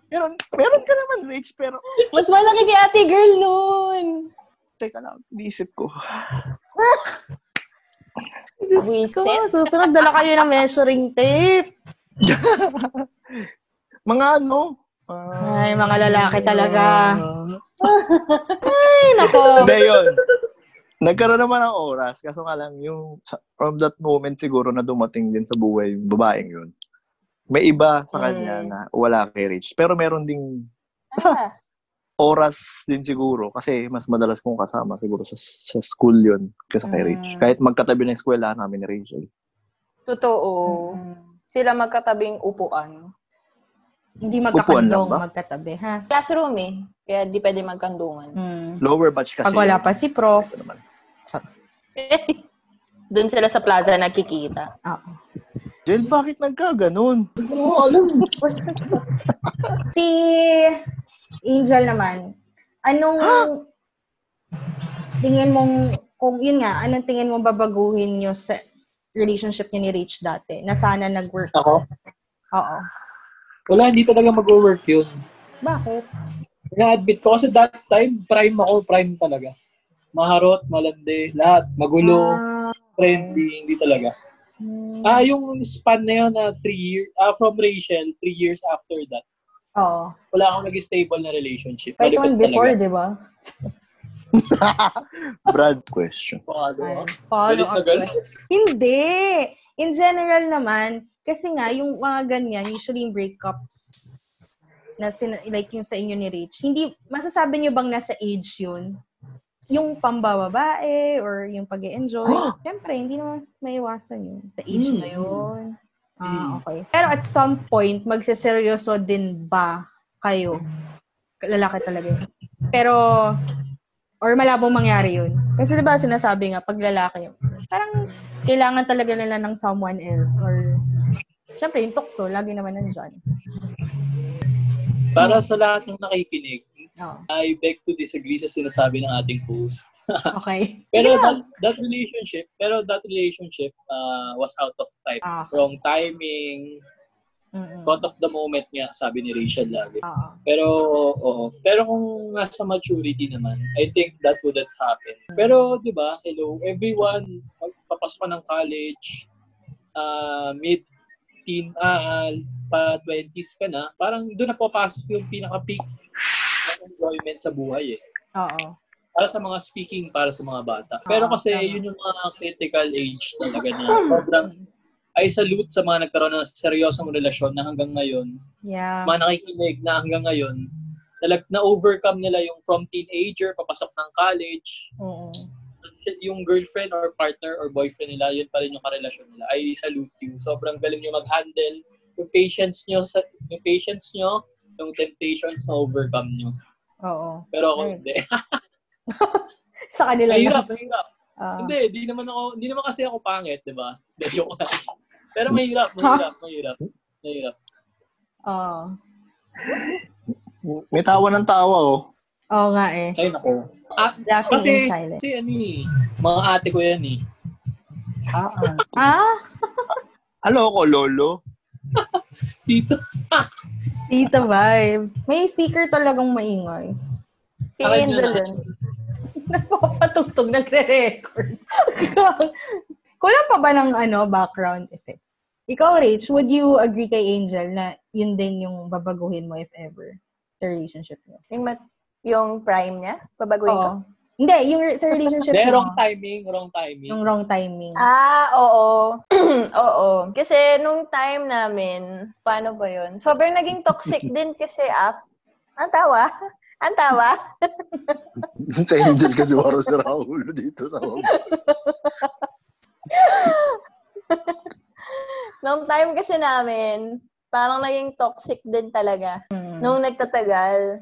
meron, meron ka naman, Rich, pero,
Mas malaki kay ate girl noon.
teka lang, iniisip ko.
Diyos ko,
Buisit.
susunod dala kayo ng measuring tape.
Mga ano? ah,
Ay, mga lalaki talaga. Ay, nako.
Hindi yun. Nagkaroon naman ng oras. Kaso nga lang, yung sa- from that moment siguro na dumating din sa buhay yung babaeng yun. May iba sa kanya
Mm.
na wala kay Rich. Pero meron ding
Ah,
oras din siguro. Kasi mas madalas kong kasama siguro sa, sa school yun kaysa kay Rich.
Mm.
Kahit magkatabi ng eskwela namin ni eh. Rachel.
totoo.
Mm.
Sila magkatabing upuan.
Hindi
Upuan lang
magkakandong
ba?
magkatabi, ha?
Classroom eh. Kaya di pwede magkandungan.
Mm.
Lower batch
Ah,
kasi.
Pag wala pa si Prof.
Ito naman.
Doon sila sa plaza nakikita.
Oo.
Jel, bakit nagkaganon?
Si Angel naman, anong tingin mong, kung yun nga, anong tingin mong babaguhin nyo sa relationship niyo ni Rich dati? Na sana nag-work.
Ako?
Oo.
Wala, hindi talaga mag-work yun.
Bakit?
Na-admit ko kasi that time, prime ako, prime talaga. Maharot, malandi, lahat. Magulo,
Ah,
trendy, hindi talaga.
mm,
Ah, yung span na yun na three years, ah, from Rachel, three years after that,
Oo.
wala akong nag-stable na relationship.
Kahit
Baliktad
one before,
talaga. Diba?
di ba?
Brad question.
Bukado, ah.
Follow
Galit na galit.
Hindi! In general naman, kasi nga, yung mga ganyan, usually yung breakups na sin- like yung sa inyo ni Rich, hindi, masasabi nyo bang nasa age yun? Yung pambababae or yung pag enjoy Siyempre, hindi naman maiwasan yun. Hmm. Sa age
Mm.
na yun.
Mm.
Ah, okay. Pero at some point, magseseryoso din ba kayo? Lalaki talaga yun. Pero, or malabong mangyari yun. Kasi diba sinasabi nga, pag lalaki, parang kailangan talaga nila ng someone else or Siyempre, yung tukso, lagi naman nandyan.
Para sa lahat ng nakikinig,
Oo.
I beg to disagree sa sinasabi ng ating host.
Okay.
Pero that, that relationship, pero that relationship uh, was out of time.
Ah.
Wrong timing,
Mm-mm.
caught of the moment nga, sabi ni Rachel lagi.
Oo.
Pero, oo. Pero kung nasa maturity naman, I think that wouldn't happen. Pero, di ba, hello, everyone, magpapasok ka ng college, ah, mid-teen, ah, ah, pa 20s ka na, parang doon na papasok yung pinaka-peak ng enjoyment sa buhay eh.
Oo.
Para sa mga speaking, para sa mga bata. Pero
Ah,
kasi
tama.
yun yung mga critical age talaga na sobrang I salute sa mga nagkaroon ng seryosong relasyon na hanggang ngayon
Yeah.
mga nakikinig na hanggang ngayon, nalag, na-overcome nila yung from teenager, papasok ng college,
Oo.
yung girlfriend or partner or boyfriend nila, yun pa rin yung karelasyon nila. I salute you. Sobrang galing nyo mag-handle. Yung patience nyo, sa, yung patience nyo, yung temptations na overcome nyo.
Oo.
Pero ako
Right.
hindi.
Sa kanila lang.
mahirap, mahirap.
Ah.
Hindi, di naman ako, di naman kasi ako pangit, di ba? Hindi, joke lang. Pero mahirap, mahirap, mahirap. Mahirap.
Oo.
May tawa ng tawa, oh.
Oo nga eh.
Ay, nako. Ah,
Laughing in
kasi,
silence.
kasi ano eh, mga ate ko yan eh.
Ah,
Hello ko, Lolo.
Tito.
tita vibe. May speaker talagang maingay.
Si
Akin
Angel
yun.
yun.
Nagpapatugtog, nagre-record. Kulang pa ba ng ano, background effect? Ikaw, Rich, would you agree kay Angel na yun din yung babaguhin mo if ever sa relationship mo?
Yung, mat- yung prime niya? Babaguhin ko?
Oo. Hindi, yung re- sa relationship
Hindi,
mo.
wrong timing, wrong timing.
Yung wrong timing.
Ah, oo. oo. Kasi nung time namin, paano ba yun? Sobrang naging toxic din kasi af... Ang tawa? Ang tawa?
sa Angel kasi waro si Raul dito sa
Nung time kasi namin, parang naging toxic din talaga.
Mm.
Nung nagtatagal.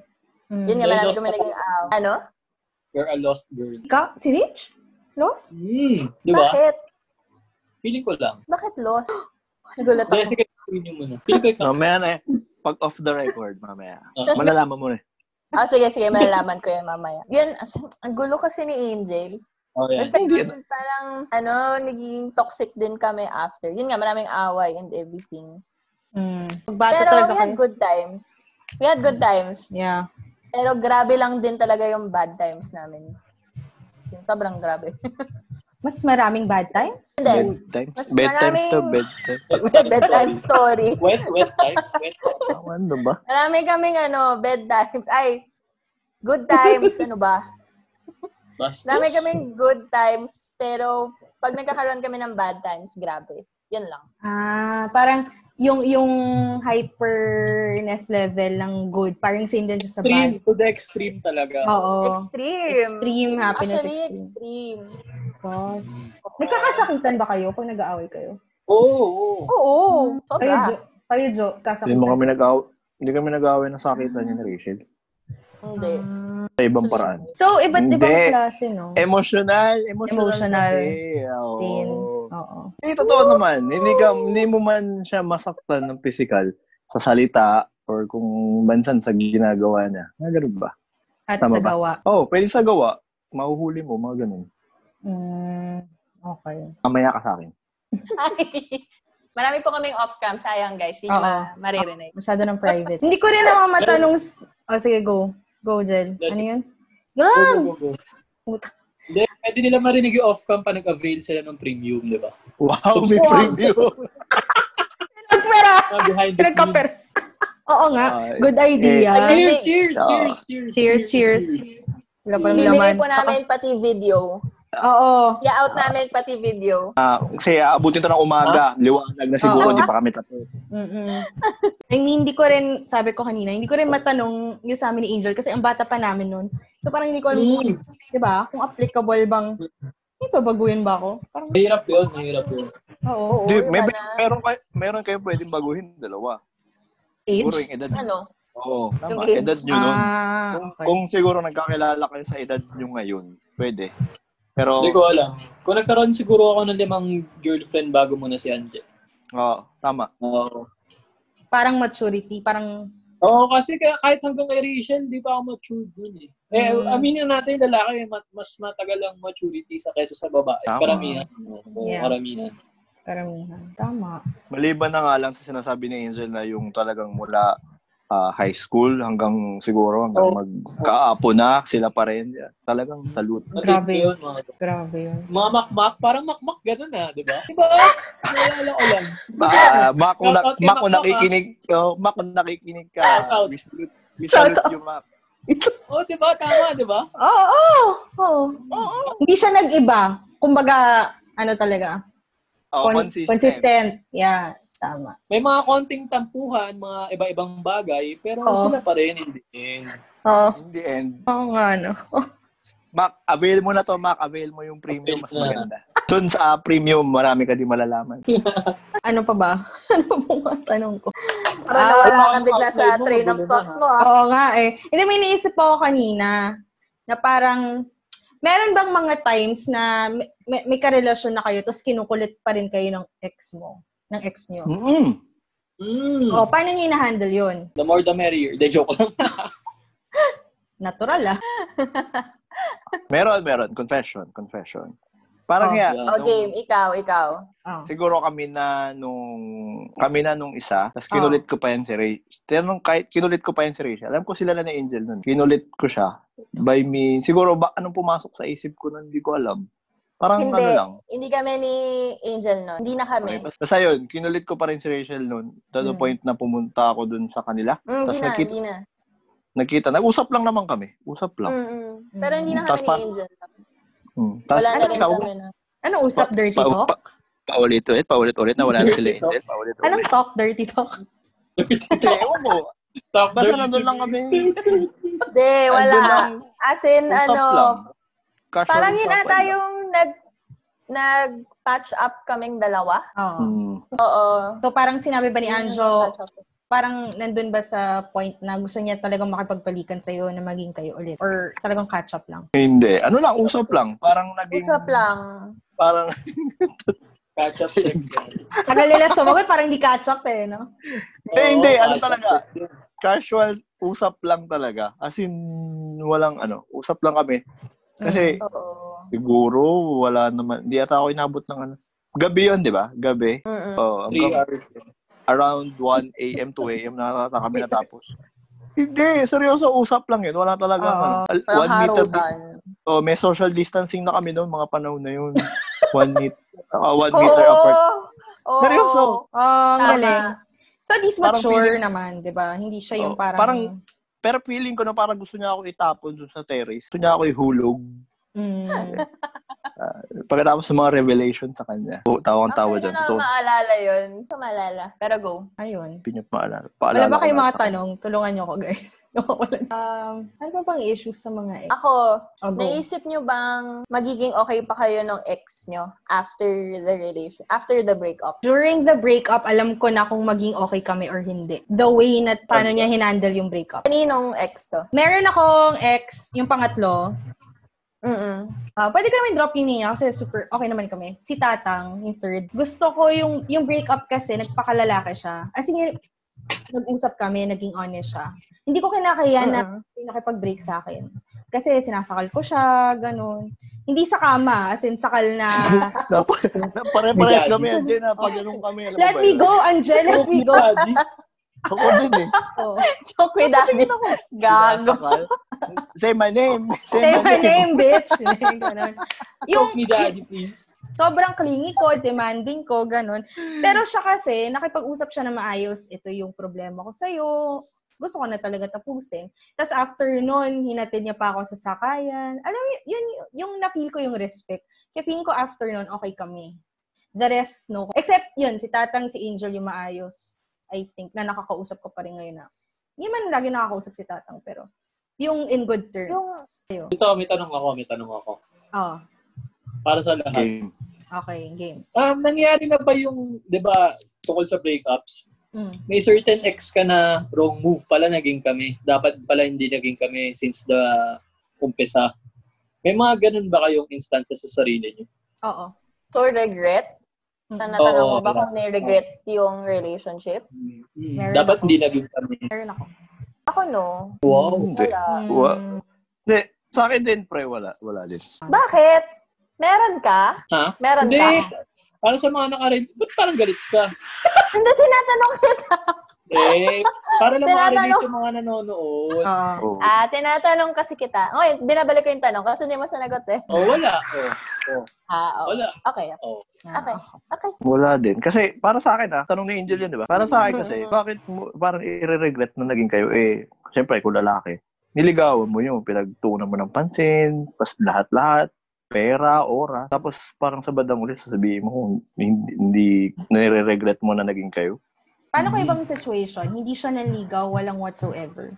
Mm.
Yun nga,
May
marami
lost
kami
ka-
naging aw. Ano?
You're a lost girl.
Ka, si Rich? Lost?
Hmm, di ba?
Bakit?
Feeling ko lang.
Bakit lost? Nagulat ako.
Dahil sige, tuwin niyo muna. Feeling ko ikaw.
Mamaya na eh. Pag off the record, mamaya.
Ah.
Malalaman mo na. eh.
Ah, sige, sige, malalaman ko yan mamaya. Yun, as- ang gulo kasi ni Angel.
Oh, yan.
Basta yun, parang, ano, naging toxic din kami after. Yun nga, maraming away and everything.
Mm.
Pero
Magbata talaga
we had
kayo.
good times. We had good times.
Yeah.
Pero grabe lang din talaga yung bad times namin. Yun, Sobrang grabe.
Mas maraming bad times?
Hindi.
Bedtime.
Mas
Bedtime to
maraming-
bedtime.
Bedtime story.
Wet, wet times, wet times.
Ah, Ano ba?
Marami kaming ano, bad times. Ay, good times. ano ba?
Bastos.
Marami kaming good times. Pero pag nagkakaroon kami ng bad times, grabe. Yun lang.
Ah, parang yung yung hyperness level ng good, parang same din siya sa
Extreme,
bad.
to the extreme talaga.
Oo.
Extreme.
Oh. Extreme happiness.
Actually,
extreme.
extreme.
Gosh. Nagkakasakitan ba kayo pag nag-aaway kayo?
Oo, oo.
Oo.
Kayo,
Sobra.
Jo, kayo, Jo,
Hindi
kasakitan.
mo kami nag-aw... Hindi kami nag-away na sakitan yun, Rachel.
Hindi.
Sa ibang paraan.
So, iba't
Hindi. Eh,
ibang klase, no?
Emotional, emotional,
Emotional.
kasi.
Pain.
Oo.
Oo.
Eh, totoo naman. Hindi, ka, hindi mo man siya masaktan ng physical sa salita or kung bansan sa ginagawa niya. Ah, ganun ba?
At sa
Tama ba?
gawa.
Oo, oh, pwede sa gawa. Mahuhuli mo, mga ganun.
Mm, okay.
Kamaya ka sa akin.
Ay. Marami po kaming off-cam. Sayang, guys. Hindi
Oo.
ma- maririnig.
Masyado ng private. Hindi ko rin naman matanong... s- Oh, sige, go. Go, Jel.
Yes.
Ano yun? Ah,
Go,
Gram!
go, go, go.
Puta.
Hindi, pwede nila marinig yung off-cam pa nag-avail sila ng premium, di ba?
Wow, may
Wow.
preview.
Nagpera!
Ah, behind the scenes.
Nagka-pers. Oo nga.
Ah,
Good idea.
eh,
Cheers, cheers,
Ah.
cheers, cheers,
Cheers, cheers. Wala pa ng laman.
Bibigay po namin pati video.
Oo.
I-out namin pati video.
Ah, kasi aabutin to ng umaga. Liwanag na siguro,
Oo.
di pa kami tapos.
Mm-mm. I mean, hindi ko rin, sabi ko kanina, hindi ko rin matanong yung sa amin ni Angel kasi ang bata pa namin nun. So parang hindi ko alam,
Mm.
di ba, Diba? kung applicable bang, may babaguhin ba ako? Parang,
Mahirap yun, mahirap yun.
oo.
Oo,
Di,
iba
may,
na.
meron, kayo, meron kayong pwedeng baguhin dalawa. Siguro
Age?
yung edad.
Ano?
Oo, tama.
age.
Edad nyo nun.
Ah,
Kung,
okay.
kung siguro nagkakilala kayo sa edad nyo ngayon, pwede. Pero,
Hindi ko alam. Kung nagkaroon siguro ako ng limang girlfriend bago muna si Angel.
oo, tama.
Oo.
Parang maturity, parang,
Oo, kasi kaya kahit hanggang kay Rachel, di pa ako matured dun eh. Eh,
Mm.
aminin natin, lalaki, ma- mas matagal ang maturity sa kaysa sa babae.
Tama.
Karamihan. Oo,
Yeah.
karamihan.
karamihan. Tama.
Maliban na nga lang sa sinasabi ni Angel na yung talagang mula ah, high school hanggang siguro hanggang
Oo.
magkaapo na sila pa rin. Talagang salute.
Grabe.
Grabe.
Yun, mga,
Grabe yun.
mga makmak, parang makmak ganun ah, di ba? Di ba? Nalala ko lang.
Ah, Mac, kung, na,
Shoutout
Mac,
kay
kung
Mac, ah.
nakikinig, oh, Mac, kung nakikinig ka,
Shoutout.
we salute, we salute you, Mac.
Oo, di ba? Tama, di ba?
Oo, oo, oo. Hindi siya nag-iba. Kumbaga, ano talaga,
Oh,
con-
consistent.
consistent. Yeah, tama.
May mga konting tampuhan, mga iba-ibang bagay, pero
Oo.
sila pa rin, hindi din.
Oo.
In the end,
Oo nga, no?
Mac, avail mo na to, Mac. Avail mo yung premium. Mas
Avail na.
maganda. Dun sa premium, marami ka di malalaman.
ano pa ba? ano pong mga tanong ko?
Parang
Ah,
nawala ka
parang
bigla sa
outside mo,
train of
diba?
magulo
thought
na.
mo ah.
Oo nga eh. Hindi, may naisip ako kanina na parang, meron bang mga times na may, may- may karelasyon na kayo tapos kinukulit pa rin kayo ng ex mo? Ng ex niyo?
Mm-mm.
Mm.
O, paano niyo ina-handle yun?
The more the merrier. De, joke lang.
Natural ah.
Meron, meron. Confession, confession.
Oh,
Parang nga,
O game, ikaw, ikaw.
Oo.
siguro kami na nung, kami na nung isa, tapos kinulit ko pa yan si Ray. Tinanong kahit kinulit ko pa yan si Ray. Alam ko sila na ni Angel nun. Kinulit ko siya by me. Siguro ba, anong pumasok sa isip ko nun, hindi ko alam. Parang
Hindi.
ano lang.
Hindi kami ni Angel nun. Hindi na kami.
Okay. Basta yun, kinulit ko pa rin si Rachel nun. To the
Mm.
point na pumunta ako dun sa kanila.
Mm, hindi
Tapos
na,
nakita,
hindi na.
nagkita. Nag-usap lang naman kami. Usap lang.
Mm, mm. Pero hindi na
Tas
kami
pa-
ni Angel.
Mm. Tapos,
Wala na rin
ikaw,
kami na.
Ano usap, dirty
pa-
talk?
pa- paulit-ulit, paulit-ulit na wala na sila
Dirty talk.
Angel. Paulit-ulit.
Anong talk, dirty talk?
Hindi, ewan ko. Basta nandun lang kami.
Hindi, Eh, wala.
Andun lang.
As in,
Usap
ano,
lang. Casual
parang yun
usapan
ata
lang.
yung nag, nag-touch up kaming dalawa.
Oo.
Mm.
Oo.
So, parang sinabi ba ni Anjo,
Touch up.
parang nandun ba sa point na gusto niya talagang makipagpalikan sa'yo na maging kayo ulit? Or talagang catch up lang?
Hindi. Ano lang, usap lang. Parang naging...
Usap lang.
Parang
Catch up sex. yan.
Tagal nila sumagot, parang hindi catch up eh, no?
Eh, hindi.
Oo,
Ano
catch up
talaga?
sex yun.
casual usap lang talaga. As in, walang ano, usap lang kami. Kasi
Oo.
siguro wala naman, hindi ata ako inabot ng ano. Gabi yun, di ba? Gabi.
Mm-mm.
Oh,
Three
hanggang
hours. yun.
around 1 a.m. 2 a.m. na ata kami natapos. Hindi, seryoso, usap lang yun. Wala talaga.
Oo.
ano, al-
Parang
one meter.
harutan.
Oh, may social distancing na kami noon, mga panahon na yun. one meter. ah, one
Oo.
meter apart.
Oo.
Seryoso?
Oh, ang
Tama.
galing. So, this
Parang
mature naman, di ba? Hindi siya yung
Oo,
parang...
parang- Pero feeling ko na parang gusto niya ako itapon dun sa terrace. Gusto niya ako ihulog.
Mm.
Pagkatapos ng mga revelation sa kanya. Oh, tawang tawa
Actually,
dyan.
ko na
So,
maalala yun. Hindi ko maalala. Pero go.
Ayun.
pinyot maalala.
Wala
Paalala
ba
ko
kayong
na
mga
sa-
tanong? Tulungan niyo ako, guys. Wala. um, ano pa bang issues sa mga ex?
Ako,
Oh, go.
Naisip nyo bang magiging okay pa kayo ng ex nyo after the relation, after the breakup?
During the breakup, alam ko na kung maging okay kami or hindi. The way na paano niya hinandle yung breakup.
Kaninong ex to?
Meron akong ex, yung pangatlo.
Mm-mm.
Ah, pwede ko naman drop yun niya kasi super okay naman kami. Si Tatang, yung third. Gusto ko yung, yung breakup kasi, nagpakalalaki siya. As in, yun, nag-usap kami, naging honest siya. Hindi ko kinakaya na
Mm-mm.
yung nakipag-break sa akin. Kasi sinasakal ko siya, ganun. Hindi sa kama, as in sakal na,
Nap- Pare-pares kami yan, Jen. ha? Pag ganun kami, alam mo
let
ba
me
yun?
go, Anjen, let
Oh,
me go.
Daddy,
Ako din eh.
Oh.
Joke with daddy. Gago.
Sinasakal. Say my name. Say,
Say
my
my
name.
name, bitch. Ganun. yung
Choke me daddy, please.
sobrang clingy ko, demanding ko, ganun. Pero siya kasi, nakipag-usap siya na maayos, ito yung problema ko sa'yo, gusto ko na talaga tapusin. Tapos after nun, hinatid niya pa ako sa sakayan. Alam mo, yun, yun- yung na-feel ko yung respect. Kaya feeling ko after nun, okay kami. The rest, no. Except yun, si Tatang, si Angel yung maayos. I think, na nakakausap ko pa rin ngayon na. Hindi man lagi nakakausap si Tatang, pero yung in good terms. Yung...
Yung-
Ayun.
Ito, may tanong ako, may tanong ako.
Oh,
Para sa lahat.
Game.
okay, game.
Um, nangyari na ba yung, di ba, tungkol sa breakups,
Mm.
may certain ex ka na wrong move pala naging kami. Dapat pala hindi naging kami since the umpisa. May mga ganun ba kayong instances sa sarili niyo?
Oo.
So, regret?
Mm.
Na natanong
Oo,
mo ba
wala.
kung ni-regret yung relationship?
Meron
Hmm. Dapat
ako.
hindi naging kami.
Meron ako.
Ako no.
Wow.
Hindi.
Wala.
Wa- Hindi. Sa akin din, pre, wala. Wala din.
Bakit? Meron ka?
Ha?
Meron
Hindi.
ka?
Para sa mga nakarelate, ba't parang galit ka?
Hindi, tinatanong kita.
Eh, para lang
Tinatanong.
makarelate yung mga nanonood.
Ah.
Oh.
Ah, tinatanong kasi kita. Okay, binabalik ko yung tanong kasi hindi mo sanagot eh.
O, Oh, wala. O,
Ah, oh.
wala.
Okay.
O.
Okay. Okay.
Wala din. Kasi para sa akin ah, tanong ni Angel yun, di ba? Para sa akin kasi,
Mm-hmm.
Mm-mm.
bakit mo, parang i-regret na naging kayo? Eh, siyempre, kung lalaki, niligawan mo yun, pinagtuunan mo ng pansin, tapos lahat-lahat, pera, oras. Tapos parang sa bandang ulit, sasabihin mo, hindi, hindi nire-regret mo na naging kayo.
Paano ko ibang situation? Hindi siya nanligaw, walang whatsoever.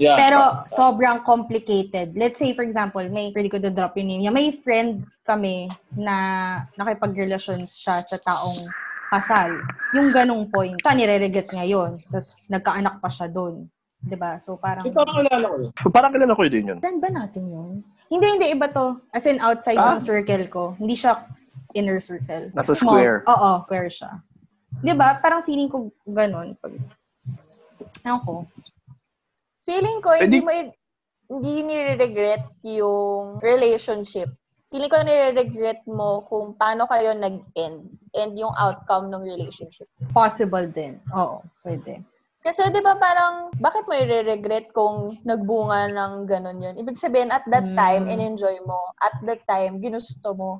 Yeah.
Pero sobrang complicated. Let's say, for example, may, pwede ko to drop yung name niya, may friend kami na nakipagrelasyon siya sa taong kasal. Yung ganong point. Siya nire-regret ngayon. Tapos nagkaanak pa siya doon. 'Di ba So parang,
So, parang alala ko yun.
So, parang kilala ko din yun.
friend ba natin yun? Hindi, hindi. Iba to. As in, outside ng
Ah.
circle ko. Hindi siya inner circle.
Nasa
Small.
square.
Oo, square siya. 'Di ba Parang feeling ko ganun. Pag... Ewan ko.
Feeling ko,
Eh,
hindi
di-
mo, i- hindi nire-regret yung relationship. Feeling ko nire-regret mo kung paano kayo nag-end and yung outcome ng relationship.
Possible din. Oo, pwede.
Kasi di ba parang, bakit mo i-regret kung nagbunga ng ganun yun? Ibig sabihin, at that
Mm.
time, in-enjoy mo. At that time, ginusto mo.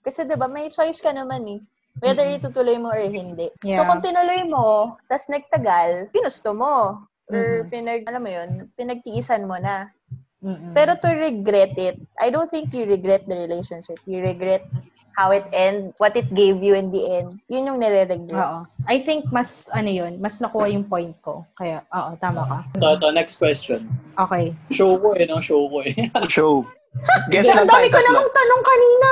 Kasi di ba, may choice ka naman eh. Whether
Mm-mm.
itutuloy mo or hindi.
Yeah.
So kung tinuloy mo, tas nagtagal, ginusto mo. Or
Mhm.
pinag, alam mo yun, pinagtiisan mo na.
Mm-mm.
Pero to regret it, I don't think you regret the relationship. You regret how it end, what it gave you in the end. Yun yung nire-regret.
Oo. I think mas, ano yun, mas nakuha yung point ko. Kaya, oo, tama ka.
Ito, ito, next question.
Okay.
Show ko eh, no? Show ko eh.
Show. Guess
Ang
lang
dami
tayo
ko
tatlo.
namang tanong kanina!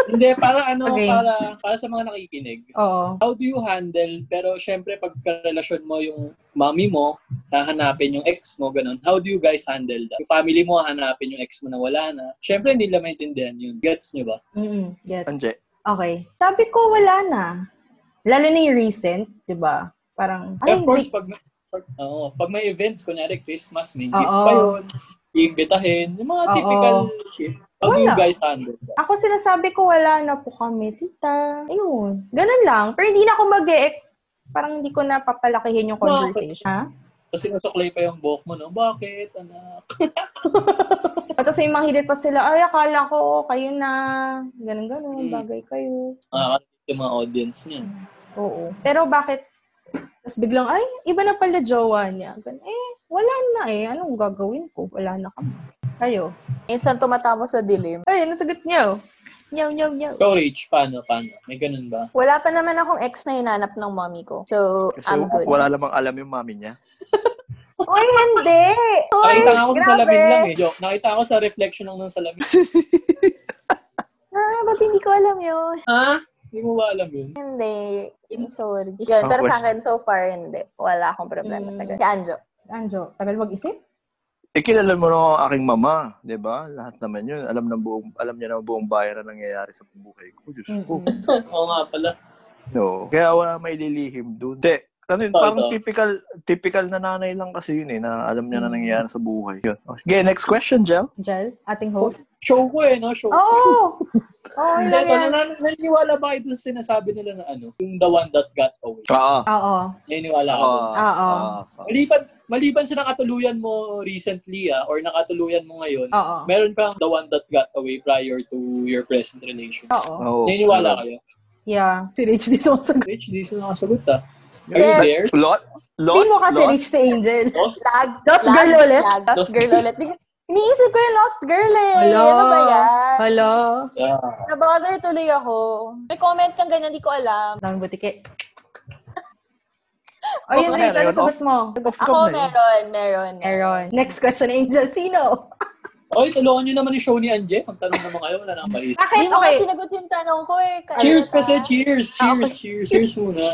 Hindi, para ano,
Okay.
para, para sa mga nakikinig.
Oo.
How do you handle, pero syempre pagkarelasyon mo yung mami mo, hahanapin yung ex mo, ganun. How do you guys handle that? Yung family mo, hahanapin yung ex mo na wala na. Syempre hindi nila maintindihan yun. Gets nyo ba?
Mm, get.
Anje,
Okay. Sabi ko, wala na. Lalo na yung recent, di ba? Parang, ay,
of
wait.
course, pag, pag, oo, pag may events, kunyari Christmas, may gift
Oo.
pa yun, iimbitahin, yung mga
Oo.
typical shit. How do you
Wala.
guys handle that?
ako sinasabi ko, wala na po kami, tita. Ayun. Ganun lang. Pero hindi na ako mag Parang hindi ko na papalakihin yung
Bakit?
conversation. Ha?
Tapos sinusuklay pa yung buhok mo, no? Bakit, anak?
Tapos may mga hirit pa sila, ay, akala ko, kayo na. Ganun-ganun,
Mm.
bagay kayo.
Makakakita yung mga audience niya.
Oo. Pero bakit? Tapos biglang, ay, iba na pala jowa niya. Ganun, eh, wala na eh. Anong gagawin ko? Wala na kami. Kayo.
Minsan tumatapos sa dilim.
Ay, nasagot niyo. Nyaw, nyaw, nyaw.
Ikaw, Rich, paano, paano? May ganun ba?
Wala pa naman akong ex na hinanap ng mommy ko. So,
kasi
I'm good.
wala lamang alam yung mami niya.
Uy, hindi! Uy,
Nakita nga ako sa
grabe.
salamin lang eh. Joke. Nakita ako sa reflection lang ng salamin.
Ah, ba't hindi ko alam yun?
ha? Hindi mo ba alam yun?
Hindi. Sorry. Yun,
Ang
pero sa
question-
akin, so far, hindi. Wala akong problema sa ganyan. Si Anjo.
Anjo, tagal mag-isip?
Eh, kilala mo naman ang aking mama, di ba? Lahat naman yun. Alam ng buong, alam niya ng buong bayan na nangyayari sa buhay ko. Diyos ko.
Oo nga pala.
No. Kaya wala may lilihim doon. Hindi. Ano yun,
Totoo.
parang typical, typical na nanay lang kasi yun eh, na alam niya na nangyayari sa buhay. Yun. O, Sige, next question, Jel.
Jel, ating host.
Show ko eh, no? Show ko.
Oo! Oo,
Hindi,
lang
ito,
yan.
nan- naniniwala ba kayo dun sa sinasabi nila na ano? Yung the one that got away.
Oo.
Oo.
Naniniwala ako.
Oo.
Oo.
Ah,
Maliban, maliban sa nakatuluyan mo recently ah, or nakatuluyan mo ngayon,
Oo.
meron kang the one that got away prior to your present relation.
Oo.
Oo.
Naniniwala kayo.
Yeah. Ah. Si Rich dito ang sagot.
Rich, di sila nakasagot ah. Are you
Yes.
there?
Oh. Eh, Lot? Lost?
Pin mo kasi
Lost?
Rich si Angel.
Lag.
Lost
lag,
girl ulit?
lag. Lost
Lost
girl ulit. Di- Iniisip ko yung lost girl eh.
Hello.
Ano ba yan?
Hello.
Ah,
Na-bother tuloy ako. May comment kang ganyan, di ko alam.
Dami butike. O yun, Rich, ano
Meron.
sagot mo?
Off cam
Ako,
na yun.
meron, meron.
Aaron. Next question, Angel. Sino?
Oy, tulungan nyo naman yung show ni Anje. Magtanong naman kayo, wala nang
Bakit?
mali.
Di mo
Okay.
kasi sinagot yung tanong ko eh. Kaya
Cheers
ka.
kasi, cheers,
Ah,
cheers, cheers, cheers muna.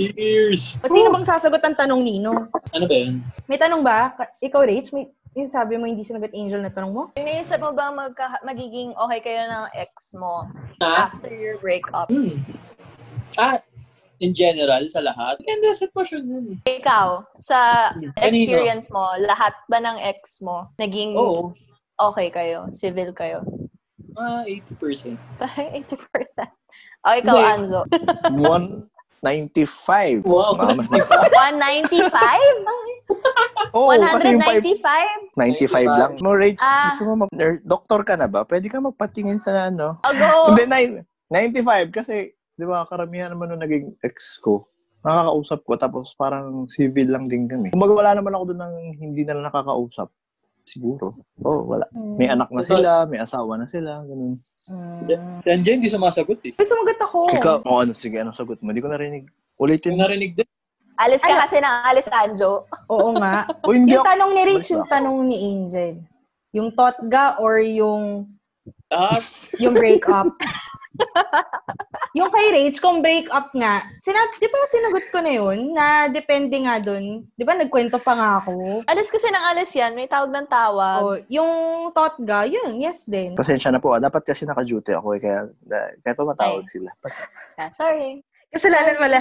Cheers.
O, Sino bang sasagot ang tanong Nino?
Ano ba yun?
May tanong ba? Ka- Ikaw, Rich, may yung sabi mo hindi sinagot Angel na tanong mo?
Iniisip mo ba magka- magiging okay kayo ng ex mo
Ah,
after your breakup?
hmm. ah, in general, sa lahat. Ganda sa sitwasyon yun eh. Hmm.
Ikaw, sa
Kanino?
experience mo, lahat ba ng ex mo naging
Oo,
okay kayo, civil kayo?
mga 80%.
Parang 80%. O, Oh, ikaw,
Hindi.
Anzo.
195.
Wow.
Mama.
195?
Oo, kasi yung 5,
195?
95 lang. Mo, Rach,
Ah.
gusto mo mag nurse- Doktor ka na ba? Pwede ka magpatingin sa ano?
Ago!
Hindi, nine- 95 kasi, di ba, karamihan naman nung naging ex ko, nakakausap ko, tapos parang civil lang din kami. Kumbaga, wala naman ako doon ng hindi na nakakausap. Siguro. Oo, oh, wala. May anak na sila, may asawa na sila, ganun.
Si Anje, hindi sumasagot eh.
Ay, Hmm. sumagot ako.
Ikaw, oh, ano, sige, anong sagot mo? Hindi ko narinig.
Yung
Ulitin.
narinig din.
Alis ka
Ano?
kasi ng alis, Anjo.
Oo nga.
Oh, hindi
Yung
ako.
tanong ni Rich,
Basta.
yung tanong ni Angel. Yung totga or yung
Lahat.
yung breakup. yung kay Rach, kung breakup nga, sinab di ba sinagot ko na yun na depende nga dun. Di ba nagkwento pa nga ako?
Alis kasi ng alis yan. May tawag ng tawag.
O, yung totga, yun, yes din.
Pasensya na po. ah. Dapat kasi naka-duty ako. Eh, kaya, na- kaya tumatawag sila.
Ah, Sorry.
Kasalanan wala.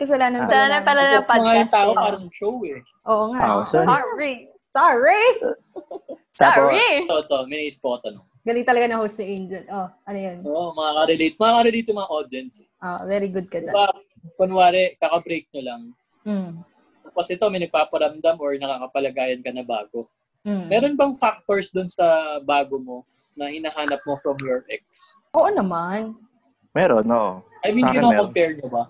Kasalanan pala.
Sana
namin.
pala ng
Mga yung
podcast.
tao
eh.
para sa show eh.
Oo nga.
Ah, sorry.
Sorry.
Sorry!
Tapos,
Sorry.
Ito, ito, may naisip po tanong.
Galing talaga na host si Angel. Oh, ano yun?
Oo, makaka-relate. Makaka-relate yung mga audience eh.
Oh, very good ka dyan.
Diba, kunwari, kaka-break nyo lang.
Mm.
Tapos ito, may nagpaparamdam or nakakapalagayan ka na bago.
Mm.
Meron bang factors dun sa bago mo na hinahanap mo from your ex?
Oo naman.
meron, oo.
I mean,
Sa akin
kino-compare nyo ba?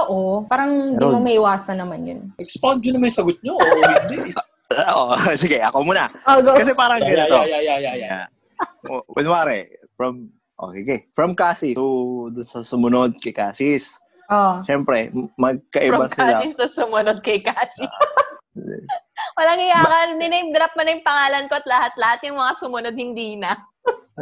Oo. Parang di mo
Meron.
maiwasan naman yun.
Expound nyo naman yung sagot nyo o hindi.
Oo, sige, ako muna.
Oh, go.
Kasi parang
Yeah,
Ah,
yeah,
ganito.
yeah, yeah, yeah, yeah, yeah.
Yeah. O, Kunwari, from, oh, sige, from Cassis to dun sa sumunod kay Cassis.
Oh.
Siyempre, m-
From
magkaiba sila.
Cassis to sumunod kay Cassis. Walang iyakan. Niname drop mo na yung pangalan ko at lahat-lahat yung mga sumunod hindi na.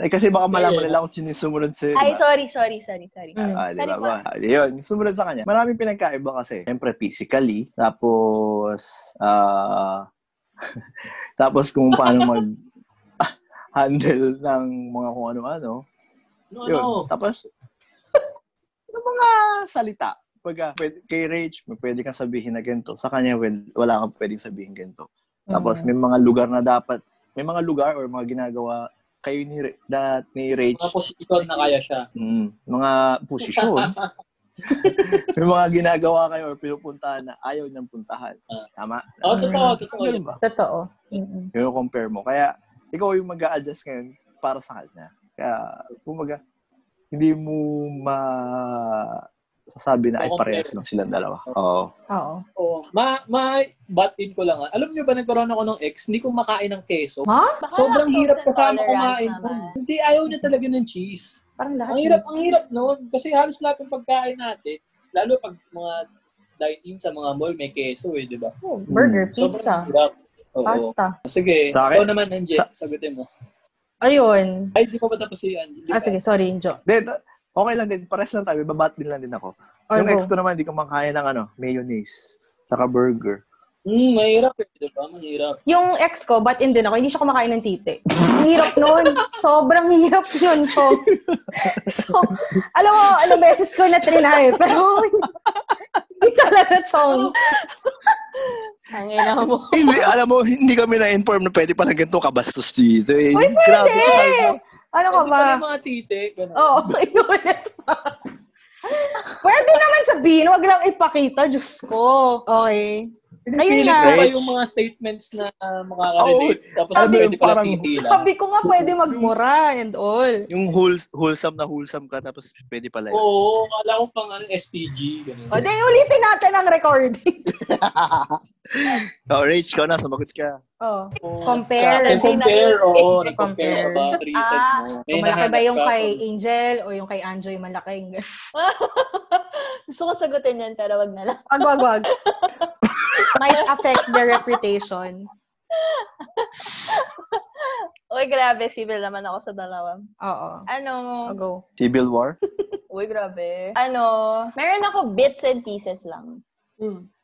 Eh, kasi baka malaman nila kung sino yung sumunod sa'yo.
Ay,
diba?
sorry, sorry, sorry, sorry.
Ah, di
Sorry
ba
po.
ba? Ah, Yun, sumunod sa kanya. Maraming pinagkaiba kasi. Siyempre, physically. Tapos, ah tapos kung paano mag handle ng mga kung ano-ano.
No,
Yun.
no.
Tapos, yung mga salita. Pag pwede, kay Rach, may pwede kang sabihin na ganito. Sa kanya, well, wala kang pwedeng sabihin ganito.
Mm.
Tapos, may mga lugar na dapat, may mga lugar or mga ginagawa kayo ni, Ra- na, ni Rach.
Mga posisyon na kaya siya.
Mm, mga posisyon. may mga ginagawa kayo or pinupuntahan na ayaw niyang puntahan. Tama? Mm.
Ah. Oo, totoo, totoo.
Ganun ba?
Totoo. Mm-mm.
Yun yung compare mo. Kaya, ikaw yung mag adjust ngayon para sa kanya. Kaya, kumbaga, hindi mo ma sasabi na ay parehas lang silang dalawa. Oo.
Oo.
Oo. Ma, ma, bat in ko lang. ah. Alam niyo ba, nagkaroon ako ng ex, hindi ko makain ng keso.
Ha?
Baka
Sobrang
lactose
hirap kasama
intolerance
kumain.
naman.
Hindi, ayaw niya talaga ng cheese.
Parang lahat.
Ang hirap, ang hirap noon. Kasi halos lahat ng pagkain natin, lalo pag mga dine-in sa mga mall, may keso eh, di ba?
Oh, burger,
Sobrang
pizza,
hirap. Oo.
pasta.
Sige,
Sa akin-
ikaw naman, Anje,
sa-
sagutin mo.
Ayun.
Ay, di ko pa tapos si Anje.
Ah, sige. Sorry, Jo.
Then, okay lang din. Parehas lang tayo. Babat din lang din ako.
Or
yung ex
go.
ko naman, hindi ko makakain ng ano, mayonnaise. Saka burger.
Hmm, mahirap eh, di ba? Mahirap.
Yung ex ko, but in din ako, hindi siya kumakain ng titi. Ang hirap nun. Sobrang hirap yun, Jo. So, alam mo, alam beses ko na trinay, pero hindi talaga, Chong.
Ang ina mo.
hindi, alam mo, hindi kami na-inform na pwede pala ganito kabastos dito. Eh. Uy, Grabe, sabi ko,
Ano ka ba?
Ano ba yung mga titi? Ganun.
Oo, inulit pa. Pwede naman sabihin, wag lang ipakita, Diyos ko. Okay. Ayun
Feeling
na.
ko ba
Rich.
yung mga statements na uh, makaka-relate? Tapos
Sabi,
pwede pala
parang-
titi lang.
Sabi ko nga pwede magmura and all.
Yung wholes, wholesome na wholesome ka, tapos pwede pala yun.
Oo, kala ko pang ano, SPG. Ganun.
O, di ulitin natin ang recording.
Oh, Rach, ka na, sumagot ka.
Oh,
Oo.
compare.
Yung compare, oo.
Compare.
Compare ka ba? Reset
Ah,
mo.
Kung malaki ba
nahanap
yung
ka
kay
kung-
Angel o yung kay Anjo yung malaking?
Gusto ko sagutin yan, pero wag na lang.
Wag, wag, wag. Might affect their reputation.
Uy, grabe, civil naman ako sa dalawa.
Oo.
Ano?
O, Go.
Civil War?
Uy, grabe. Ano? Meron ako bits and pieces lang.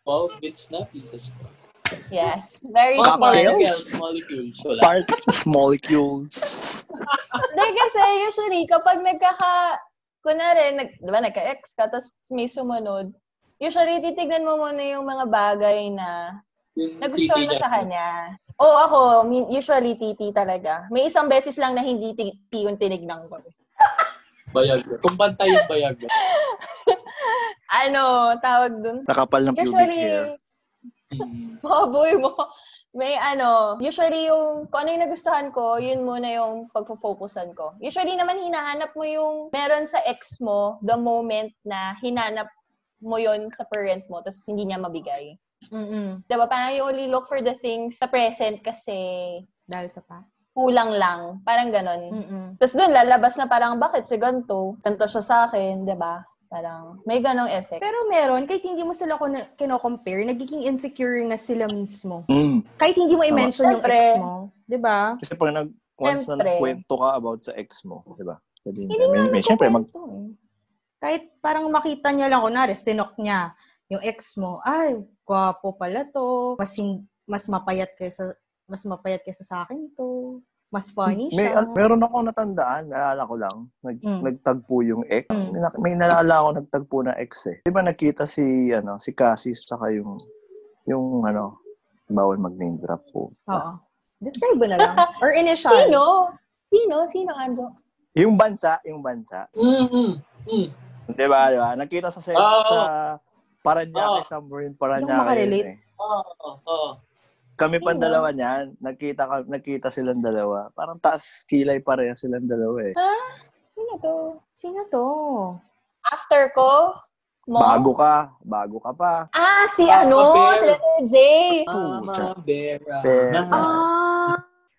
Wow, bits na. Jesus.
Yes. Very
Mga
small.
Cocktails?
molecules. Molecules. Wala.
Parts, molecules.
Hindi kasi usually kapag nagkaka kunwari, nag, di ba, nagka-ex ka, tapos may sumunod, usually titignan mo muna yung mga bagay na
Yung
nagustuhan
titi
mo
niya.
sa kanya. Oo, ako, min- usually titi talaga. May isang beses lang na hindi titi yung tinignan ko.
Bayag. Kung bantay yung bayag.
Ano, tawag dun?
Nakapal ng pubic hair.
Usually,
Hmm.
baboy mo. May ano, usually yung kung ano yung nagustuhan ko, yun muna yung pagpo-focusan ko. Usually naman hinahanap mo yung meron sa ex mo the moment na hinanap mo yun sa parent mo tapos hindi niya mabigay.
Mm-mm.
Diba? Parang you only look for the things sa present kasi
Dahil sa pa.
kulang lang. Parang ganon.
Mm-mm.
Tapos doon lalabas na parang bakit si ganito? Ganito siya sa akin, diba? Parang may ganong effect.
Pero meron, kahit hindi mo sila kun- kino-compare, nagiging insecure na sila mismo.
Mm.
Kahit hindi mo i-mention yung
Siyempre.
ex mo. Di ba?
Kasi pag nag once na
Siyempre.
nagkwento ka about sa ex mo, di ba? Sabi
Hindi
niya, may, may, syempre, mag,
Kwento eh. Kahit parang makita niya lang, kunwari, tinok niya yung ex mo, ay, gwapo pala to, mas, hin- mas mapayat kaysa, mas mapayat kaysa sa akin to, mas funny
may,
siya.
al- meron ako natandaan, naalala ko lang, nag,
Mm.
nagtagpo yung ex.
Mm.
May, nak- may naalala ako nagtagpo na ex eh. Di ba nakita si, ano, si Cassie, saka yung, yung, ano, bawal mag-name drop po.
Oo. Describe mo na lang. Or initial.
Sino? Sino? Sino, Anjo?
Yung bansa, yung bansa.
Hmm, hmm, hmm.
Di ba, di ba? Nakita sa, set,
Oo.
sa Paranaque,
Oo.
somewhere in
Hindi ako
Paranaque. yun
makarelate.
eh.
Oo, oo, oo.
Kami pang
Sino?
dalawa niyan, nakita, ka- nakita silang dalawa. Parang taas kilay pareha silang dalawa eh.
Sino to?
Sino to?
after ko, mo?
Bago ka, bago ka pa.
Ah, si
Ah,
ano,
Mabel.
si Letter J.
Mama Vera.
Vera.
Ah!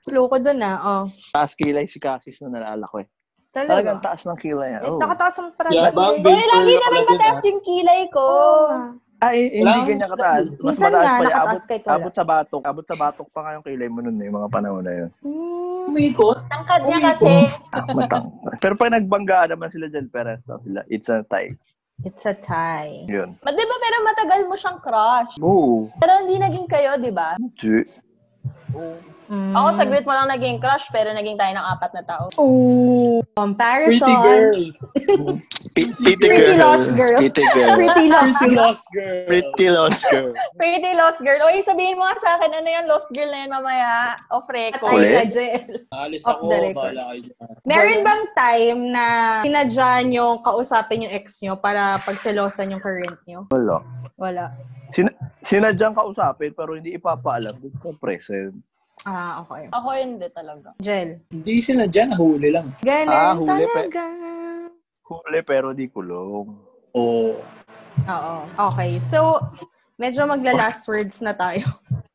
Slow ko dun ah. Oh.
Taas kilay si Cassis na naalala ko eh.
Ano
Talagang
Talaga.
taas ng kilay niya.
Eh,
Oh.
nakataas ang parang.
Yabang,
Eh, lagi
Vapor
naman
ako din,
mataas yung kilay ko.
Oo nga.
Ay, hindi
Walang-
ganyan kataas. Mas
Minsan
mataas
nga,
pa. yun.
nakataas
Abot,
kay Kuya.
abot sa batok. Abot sa batok pa nga yung kilay mo nun eh, mga panahon na yun.
Umikot.
Tangkad niya
Umiikot.
kasi.
Ah, matang. Pero pag nagbanggaan naman sila dyan, parehas na sila. It's a tie.
It's a tie.
Yun.
But di ba pero matagal mo siyang crush?
Oo.
Pero hindi naging kayo, di ba?
G.
Mm.
Ako, saglit mo lang naging crush, pero naging tayo ng apat na tao.
Oh,
Pretty
comparison.
girl.
P- Pretty
Pretty
girl.
lost girl.
Pretty girl.
Pretty lost.
Pretty lost girl.
Pretty lost girl.
Pretty lost girl. Oy, sabihin mo nga sa akin, ano yung lost girl na yun mamaya? Off record.
Ulit?
Ay, Jel.
Alis
Off
ako,
the record.
bahala kayo dyan.
Meron bang time na sinadya nyo kausapin yung ex nyo para pagselosan yung current nyo?
Wala.
Wala.
Sin sinadyang kausapin pero hindi ipapaalam. Good ka present.
Ah, okay.
Ako hindi talaga.
Jel.
Hindi sila dyan, huli lang.
Ganun
Ah, huli pa-
talaga.
Huli pero di kulong.
Oo.
Oo. Okay. So, medyo magla-last words na tayo.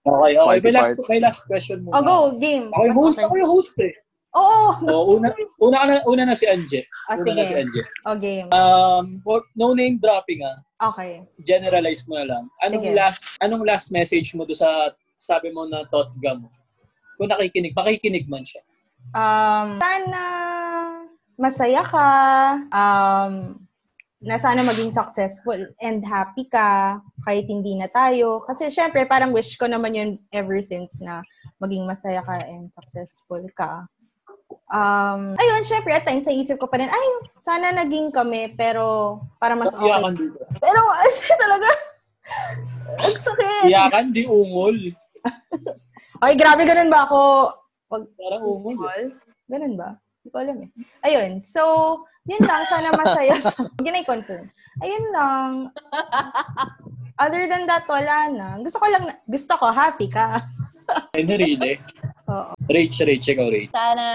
Okay, okay.
Party
May last,
part.
may last question muna.
O, Oh, go. Game.
Ako yung host, ako yung host eh.
Oo.
Oo, una, una, ka na, una na si Anje.
Ah,
una
sige.
na si Anje.
O, game.
Um, well, no name dropping ah.
Okay.
Generalize mo na lang. Anong
Sige.
last anong last message mo do sa sabi mo na totga mo? Kung nakikinig, makikinig man siya.
Um, sana masaya ka. Um, na sana maging successful and happy ka kahit hindi na tayo. Kasi syempre, parang wish ko naman yun ever since na maging masaya ka and successful ka. Um, ayun, syempre, at times sa isip ko pa rin, ay, sana naging kami, pero para mas
Iyakan
okay.
dito.
Pero, as talaga, ang sakit.
Iyakan, di ungol.
Ay, grabe, ganun ba ako? Wag,
Parang ungol. eh.
Ganun ba? Hindi ko alam eh. Ayun. So, yun lang. Sana masaya siya. Ginay confirm. Ayun lang. Other than that, wala na. Gusto ko lang, na- gusto ko, happy ka.
eh. Ay, narile.
Oo.
Rage, rage, ikaw rage.
Sana,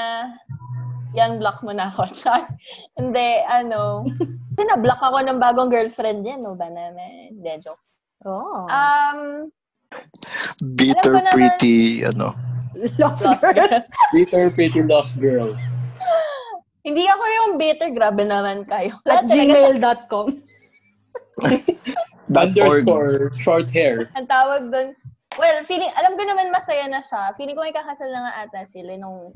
yan, block mo na ako. Char. hindi, ano. Kasi na-block ako ng bagong girlfriend niya, no ba naman? Hindi, joke.
Oo.
Um,
Bitter
Alam ko naman.
pretty, ano.
lost
lost
girl.
girl.
Bitter, pretty love girl.
hindi ako yung bitter. Grabe naman kayo. Wala
At
talaga
gmail.com.
Dot org.
Underscore, short hair.
Ang tawag doon, well, feeling, alam ko naman masaya na siya. Feeling ko may kakasal na nga ata sila nung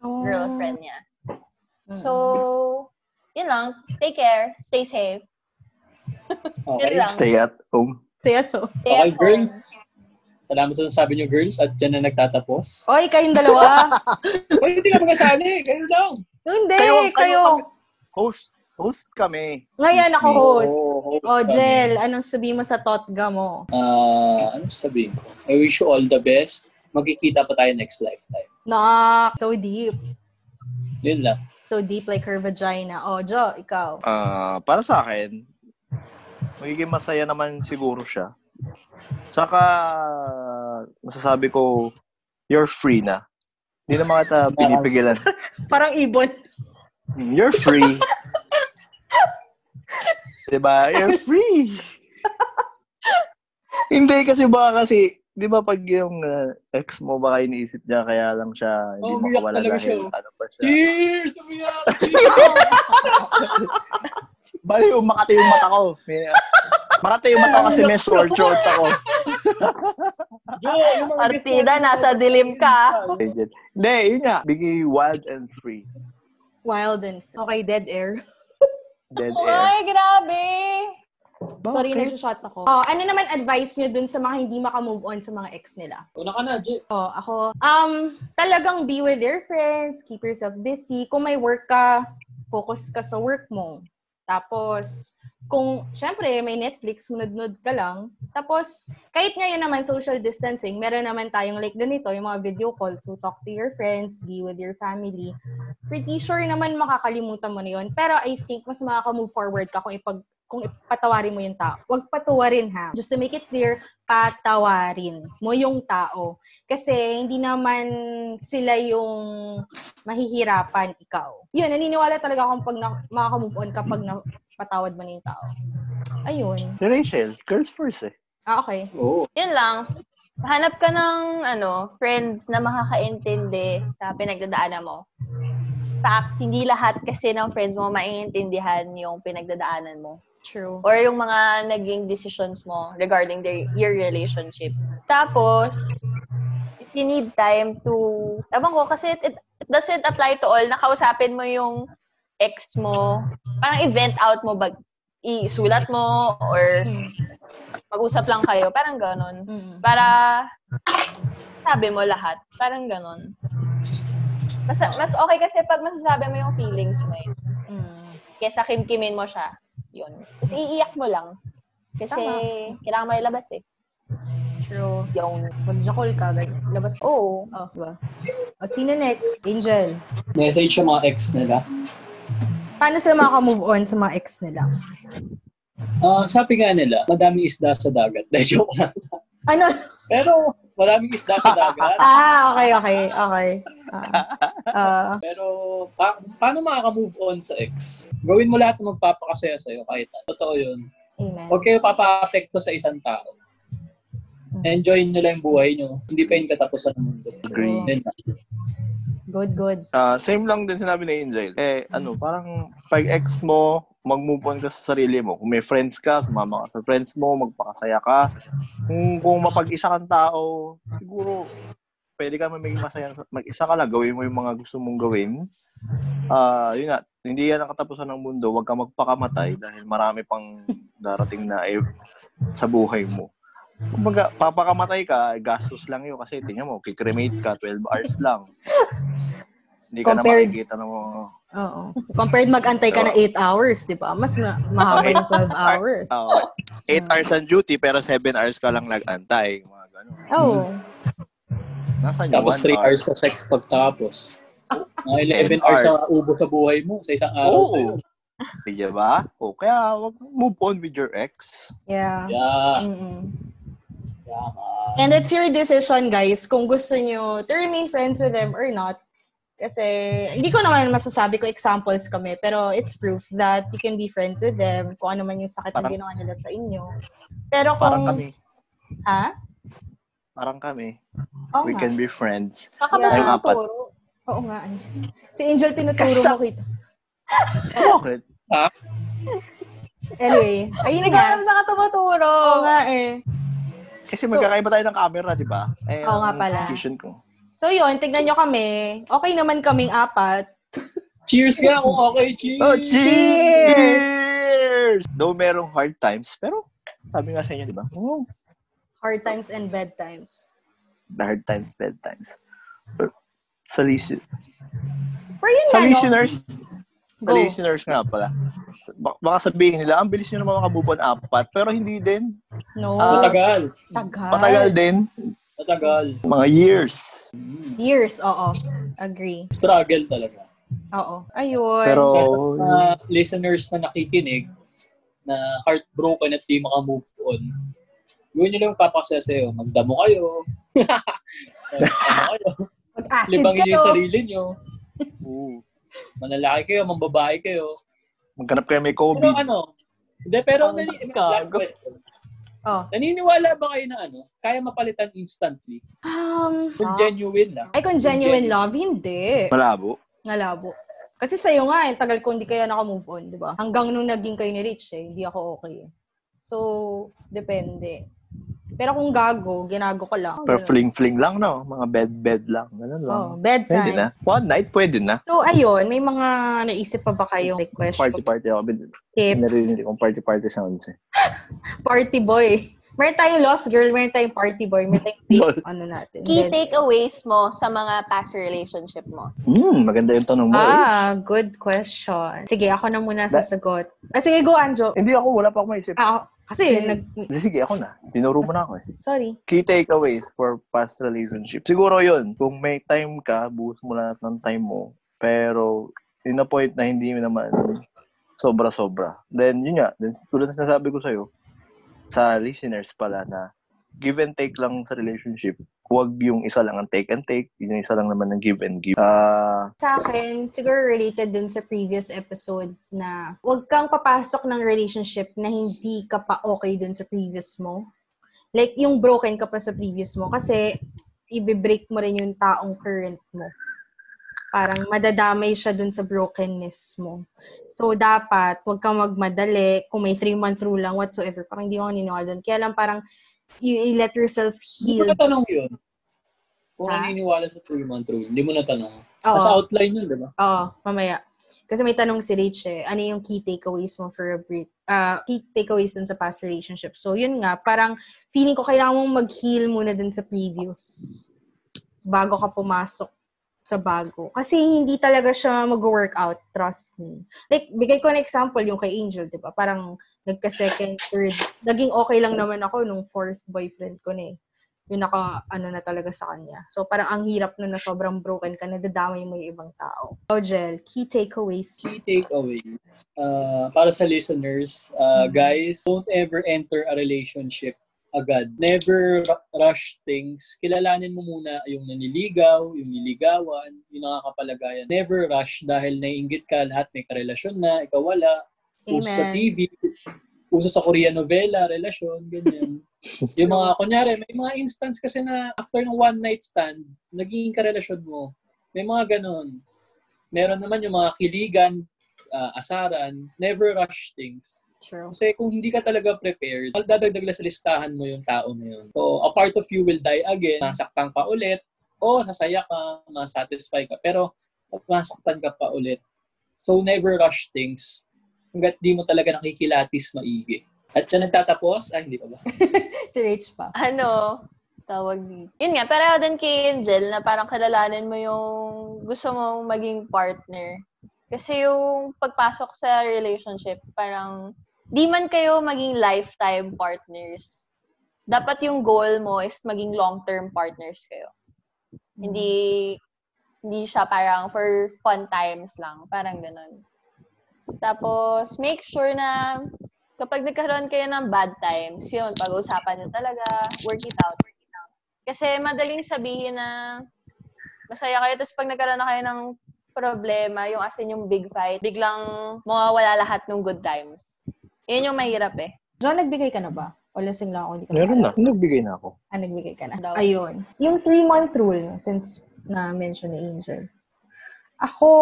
girlfriend niya. So, yun lang. Take care. Stay safe.
Okay.
Yun lang.
Stay at home.
So, yun. oh.
Stay at
Okay,
home.
girls. Salamat sa sabi niyo, girls. At dyan na nagtatapos.
Oy, kayong dalawa.
Uy, hindi na magkasali. Kayo lang.
Hindi,
Kayo,
kayo.
kayo Host. Host kami.
Ngayon ako host.
Oo, host
Oh,
kami.
Jel, anong sabihin mo sa totga mo?
Ah, ano sabihin ko? I wish you all the best. Magkikita pa tayo next lifetime.
Nak, so deep.
Yun lang.
So deep like her vagina. Oh, Jo, ikaw.
Ah, para sa akin, magiging masaya naman siguro siya. Saka, masasabi ko, you're free na. Hindi na mga ta pinipigilan.
Parang ibon.
You're free. diba? You're free. hindi kasi baka kasi, di ba pag yung ah, ex mo baka iniisip niya kaya lang siya hindi
Oh, umiyak
makawala
talaga siya,
dahil
oh.
ano pa siya.
Cheers! Umiyak!
Bali, umakati yung mata ko. May- Makati yung mata ko kasi may sore throat ako.
Yo, yung mga
Partida, nasa dilim ka.
Legit. Hindi, yun nga. Biggie wild and free.
Wild and okay, dead air.
Dead air.
Ay, grabe.
Sorry, nag-shot ako. Oh, ano naman advice nyo dun sa mga hindi makamove on sa mga ex nila?
Una ka na, Jay.
Oh, ako, um, talagang be with your friends, keep yourself busy. Kung may work ka, focus ka sa work mo. Tapos, kung, syempre, may Netflix, sunod-nod ka lang. Tapos, kahit ngayon naman, social distancing, meron naman tayong like ganito, yung mga video calls. So, talk to your friends, be with your family. Pretty sure naman makakalimutan mo na yun. Pero I think, mas makaka-move forward ka kung ipag kung ipatawarin mo yung tao. Huwag patawarin ha. Just to make it clear, patawarin mo yung tao. Kasi hindi naman sila yung mahihirapan ikaw. Yun, naniniwala talaga akong pag na, makaka-move on kapag na, patawad mo na yung tao. Ayun.
Si Rachel, girls first eh.
Ah, okay.
Oo.
Yun lang. Hanap ka ng ano, friends na makakaintindi sa pinagdadaanan mo. fact, hindi lahat kasi ng friends mo maiintindihan yung pinagdadaanan mo
True.
or yung mga naging decisions mo regarding their, your relationship. Tapos, if you need time to, ewan ko, kasi it, it, it doesn't apply to all. Nakausapin mo yung ex mo, parang event out mo, bag, isulat mo, or mag-usap lang kayo, parang ganon.
Mm,
Para, sabi mo lahat, parang ganon. Mas, mas okay kasi pag masasabi mo yung feelings mo eh.
Mm.
Kesa kimkimin mo siya yun. Tapos iiyak mo lang. Kasi kailangan mo ilabas eh.
True.
Yung,
Mag-jackal ka, like, labas ko.
oh,
Oh, diba? O, sino next? Angel.
Message sa mga ex nila.
Paano sila makaka-move on sa mga ex nila?
Ah, sabi nga nila, madaming isda sa dagat. Dahil joke lang.
Ano?
Pero, maraming isda sa dagat.
Ah, okay, okay, okay. Ah. Ah.
Pero, pa- paano makaka-move on sa ex? Gawin mo lahat na magpapakasaya sa'yo kahit ano. Totoo yun.
Amen.
Huwag kayo papa-apekto sa isang tao. Enjoy nyo lang yung buhay nyo. Hindi pa yung katapusan ng mundo.
Agree.
Yun lang.
good, good.
Ah, same lang din sinabi ni Angel. Eh, ano, parang pag ex mo, mag-move on ka sa sarili mo. Kung may friends ka, sumama ka sa friends mo, magpakasaya ka. Kung, kung mapag-isa kang tao, siguro, pwede ka maging masaya. Mag-isa ka lang, gawin mo yung mga gusto mong gawin. Ah, yun na, hindi yan ang katapusan ng mundo. Huwag ka magpakamatay dahil marami pang darating na eh, sa buhay mo. Kumbaga, papakamatay ka, eh, gastos lang yun kasi tingnan mo, kikremate ka, 12 hours lang. Hindi ka
Compared-
na makikita ng mga...
Oo. Compared mag-antay ka na 8 hours, di ba? Mas ma- mahaba yung 12 hours.
Oo. 8 hours ang duty, pero 7 hours ka lang nag-antay. Mga ganun.
Oh.
Mm. Nasaan yung
Tapos
1
3
hour?
hours sa sex pagtapos. Mga 11
10 hours.
hours sa ubo sa buhay mo sa isang araw
Oo.
sa'yo.
Di ba? O, kaya wag move on with your ex.
Yeah.
Yeah.
Mm-mm.
yeah.
And it's your decision, guys, kung gusto nyo to remain friends with them or not. Kasi, hindi ko naman masasabi ko examples kami, pero it's proof that you can be friends with them, kung ano man yung sakit na
Parang-
ginawa nila sa inyo. Pero kung,
Parang kami.
ha?
Parang kami.
Oo
We
nga.
can be friends.
baka
Yeah.
yeah.
Apat.
turo.
Oo nga. ano. Si Angel, tinuturo
Kasa-
mo kita.
Bakit?
Anyway, ayun
Hindi ka
nga.
alam sa katuturo.
Oo nga eh.
Kasi magkakaiba tayo ng camera, di ba? Eh,
Oo nga
ang
pala.
vision ko.
So yun, tignan nyo kami. Okay naman kaming apat.
Cheers nga kung okay, cheers!
Oh, cheers! Though merong hard times, pero sabi nga sa inyo, di ba? Oh,
Hard times and bad times.
hard times, bad times. Pero, sa, listen,
Pero yun
sa
nga, no?
listeners, sa
Go.
listeners nga pala, ba- baka sabihin nila, ang bilis nyo naman makabubon apat, pero hindi din.
No.
Ah,
Matagal.
Tagal.
Matagal din.
Matagal.
Mga years.
Years, oo. Agree.
Struggle talaga.
Oo. Ayun.
Pero,
Pero mga listeners na nakikinig na heartbroken at di makamove on, gawin nyo lang yung papakasaya sa'yo. Magdamo kayo. Magdamo kayo.
Mag-acid ka
Libangin
to.
nyo yung sarili nyo.
Oo.
Manlalaki kayo, mambabae kayo.
magkanap kayo may
Pero
COVID.
ano, hindi, pero
Ang
nani-
gago.
last question.
Oh.
Naniniwala ba kayo na ano, kaya mapalitan instantly?
Um,
Kung genuine lang.
ay, kung genuine
Genuine.
love, hindi.
Malabo.
Nalabo. Kasi sa'yo nga, eh, tagal ko hindi kaya nakamove on, di ba? Hanggang nung naging kayo ni Rich, eh, hindi ako okay. eh. So, depende. Pero kung gago, ginago ko lang.
Pero fling-fling lang, no? Mga bed-bed lang. Ganun lang.
Oh,
Pwede
bedtime.
na. One night, pwede na.
So, ayun, may mga naisip pa ba kayong request?
Party-party ako.
Tips.
Narinig kong party-party sounds. eh.
Party boy. Meron tayong lost girl, meron tayong party boy, meron tayong
Lol.
ano natin.
Key
Then-
takeaways mo sa mga past relationship mo.
Hmm, maganda yung tanong mo. eh.
Ah, good question. Sige, ako na muna sasagot. Ah, sige, go, Anjo.
Hindi ako, wala pa ako maisip.
Ah, kasi, nag,
Sige, ako na. Tinuro mo na ako eh.
sorry.
Key takeaways for past relationship. Siguro yun, kung may time ka, buhos mo lahat ng time mo. Pero, in a point na hindi mo naman sobra-sobra. Then, yun nga, then, tulad na sinasabi ko sa'yo, sa listeners pala na give and take lang sa relationship. Huwag yung isa lang ang take and take. Yun yung isa lang naman ang give and give. Ah,
Sa akin, siguro related dun sa previous episode na huwag kang papasok ng relationship na hindi ka pa okay dun sa previous mo. Like, yung broken ka pa sa previous mo kasi ibibreak mo rin yung taong current mo. parang madadamay siya dun sa brokenness mo. So, dapat, huwag kang magmadali. Kung may three months rule lang, whatsoever, parang hindi ako naniniwala dun. Kaya lang parang, you, you let yourself
Hindi mo
heal.
natanong yun. Kung
Ha?
naniniwala sa three-month rule, hindi mo natanong. Nasa
Oo,
outline yun, di ba?
oo, mamaya. Kasi may tanong si Rich eh, ano yung key takeaways mo for a break? ah key takeaways dun sa past relationship. So, yun nga, parang feeling ko kailangan mong mag-heal muna dun sa previous bago ka pumasok sa bago. Kasi hindi talaga siya mag-work out, trust me. Like, bigay ko na example yung kay Angel, di ba? Parang nagka-second, third. Naging okay lang naman ako nung fourth boyfriend ko na eh. Yung naka, ano na talaga sa kanya. So, parang ang hirap nun na sobrang broken ka, nadadamay mo yung ibang tao. Oh, Jel, key takeaways.
Key takeaways. Uh, para sa listeners, uh, guys, don't ever enter a relationship agad. Never ru- rush things. Kilalanin mo muna yung naniligaw, yung niligawan, yung nakakapalagayan. Never rush dahil naiingit ka, lahat may karelasyon na, ikaw wala. Uso
Amen.
sa TV, uso sa Korean novela, relasyon, ganyan. yung mga, kunyari, may mga instance kasi na after ng one night stand, naging karelasyon mo. May mga ganon. Meron naman yung mga kiligan, ah, asaran, never rush things.
True.
Kasi kung hindi ka talaga prepared, dadagdag lang sa listahan mo yung tao na yun. So, a part of you will die again, nasaktan ka ulit, o nasaya ka, masatisfy ka, pero masaktan ka pa ulit. So, never rush things hanggat di mo talaga nakikilatis maigi. At siya nagtatapos, ay hindi pa ba?
Si Rich pa.
ano, tawag dito. Yun nga, pareho din kay Angel na parang kilalanin mo yung gusto mong maging partner. Kasi yung pagpasok sa relationship, parang di man kayo maging lifetime partners. Dapat yung goal mo is maging long-term partners kayo. Hindi hindi siya parang for fun times lang. Parang ganun. Tapos, make sure na kapag nagkaroon kayo ng bad times, yun, pag-uusapan nyo talaga, work it out. Work it out. Kasi madaling sabihin na masaya kayo, tapos pag nagkaroon na kayo ng problema, yung as in yung big fight, biglang mawawala lahat ng good times. Yun yung mahirap eh.
John, nagbigay ka na ba? O lasing lang ako, hindi ka
Meron
naalala.
na. Nagbigay na ako.
Ah, nagbigay ka na.
Daw.
Ayun. Yung three-month rule, since na-mention ni Angel. Ako,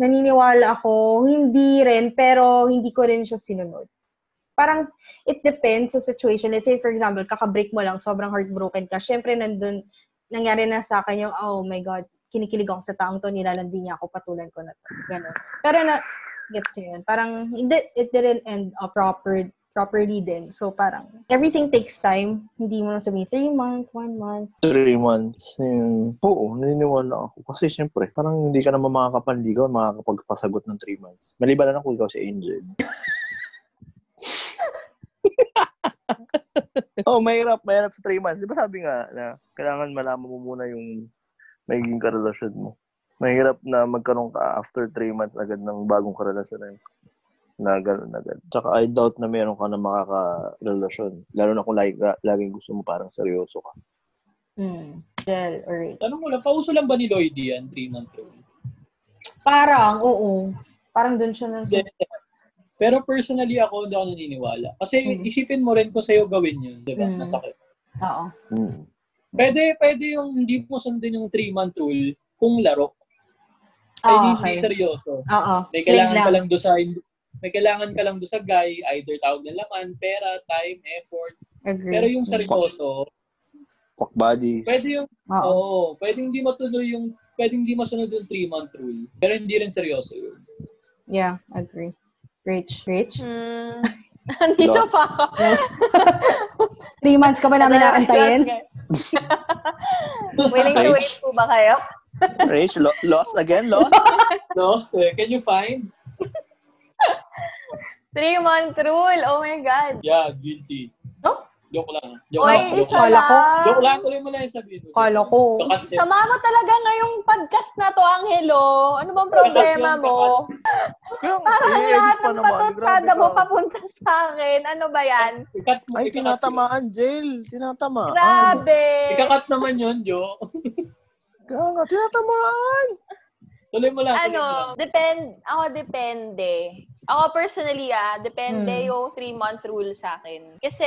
naniniwala ako, hindi rin, pero hindi ko rin siya sinunod. Parang, it depends sa situation. Let's say, for example, kakabreak mo lang, sobrang heartbroken ka. Siyempre, nandun, nangyari na sa akin yung, oh my God, kinikilig ako sa taong to, nilalandi niya ako, patulan ko na to. Ganun. Pero na, gets nyo yun. Parang, hindi, it didn't end up proper, properly din. So, parang, everything takes time. Hindi mo na sabihin, three month, one month.
Three months. Hmm. Yun. Oo, naniniwala ako. Kasi syempre, parang hindi ka naman makakapanligaw, makakapagpasagot ng three months. Maliban na lang kung ikaw si Angel. oh, mahirap. Mahirap sa three months. Di ba sabi nga na kailangan malaman mo muna yung magiging karelasyon mo. Mahirap na magkaroon ka after three months agad ng bagong karelasyon eh. na gano'n agad. Tsaka I doubt na meron ka na makakarelasyon. Lalo na kung lagi, ka- laging gusto mo parang seryoso ka.
Mm. Gel or rate.
Tanong mo lang, pauso lang ba ni Lloyd yan, three-month rule?
Parang, oo. Parang dun siya na.
Hindi. Pero personally ako, hindi ako naniniwala. Kasi isipin mo rin kung sa'yo gawin yun, di ba?
Mm.
Nasakit.
Oo.
Mm.
Pwede, pwede yung hindi mo sundin yung three-month rule kung laro. Ay,
Ah,
hindi
okay.
seryoso.
Oo.
May
Plain
kailangan ka lang do sa may kailangan ka lang do sa guy, either tawag ng laman, pera, time, effort.
Agree.
Pero yung seryoso,
Fuck buddies.
pwede yung
Oo.
Oo, pwedeng hindi matuloy yung, pwedeng hindi masunod yung 3-month rule. Pero hindi rin seryoso yun.
Yeah, agree. Rich. Rich?
Hmm. Nandito pa ako.
Three months ka ba namin naaantayin?
eh. Willing to wait po ba kayo?
Rich, lo- lost again? Lost?
No, sir. Can you find?
Three month rule. Oh my God.
Yeah, guilty.
No?
Joke lang. Joke lang.
Oy,
Joke
isa
lang.
Kala ko.
lang.
Joke lang. Tuloy mo lang yung sabihin. mo.
Kala ko.
Kakat yun.
Tama mo talaga ngayong podcast na to, Angelo. Ano bang problema mo?
Yung,
Parang
i-edit
lahat
pa
ng
naman.
patutsada
Grabe
mo
ka.
papunta sa akin. Ano ba yan?
Ikat mo.
Ay,
ikakat
tinatamaan, Jail. Tinatamaan.
Grabe.
yun. Ikakat naman yun, Jo.
Gaga, Oh tinatamaan.
tuloy mo lang. tuloy mo lang.
Ano, depend, ako depende. Ako personally ah, depende
Hmm.
yung three-month rule sa akin. Kasi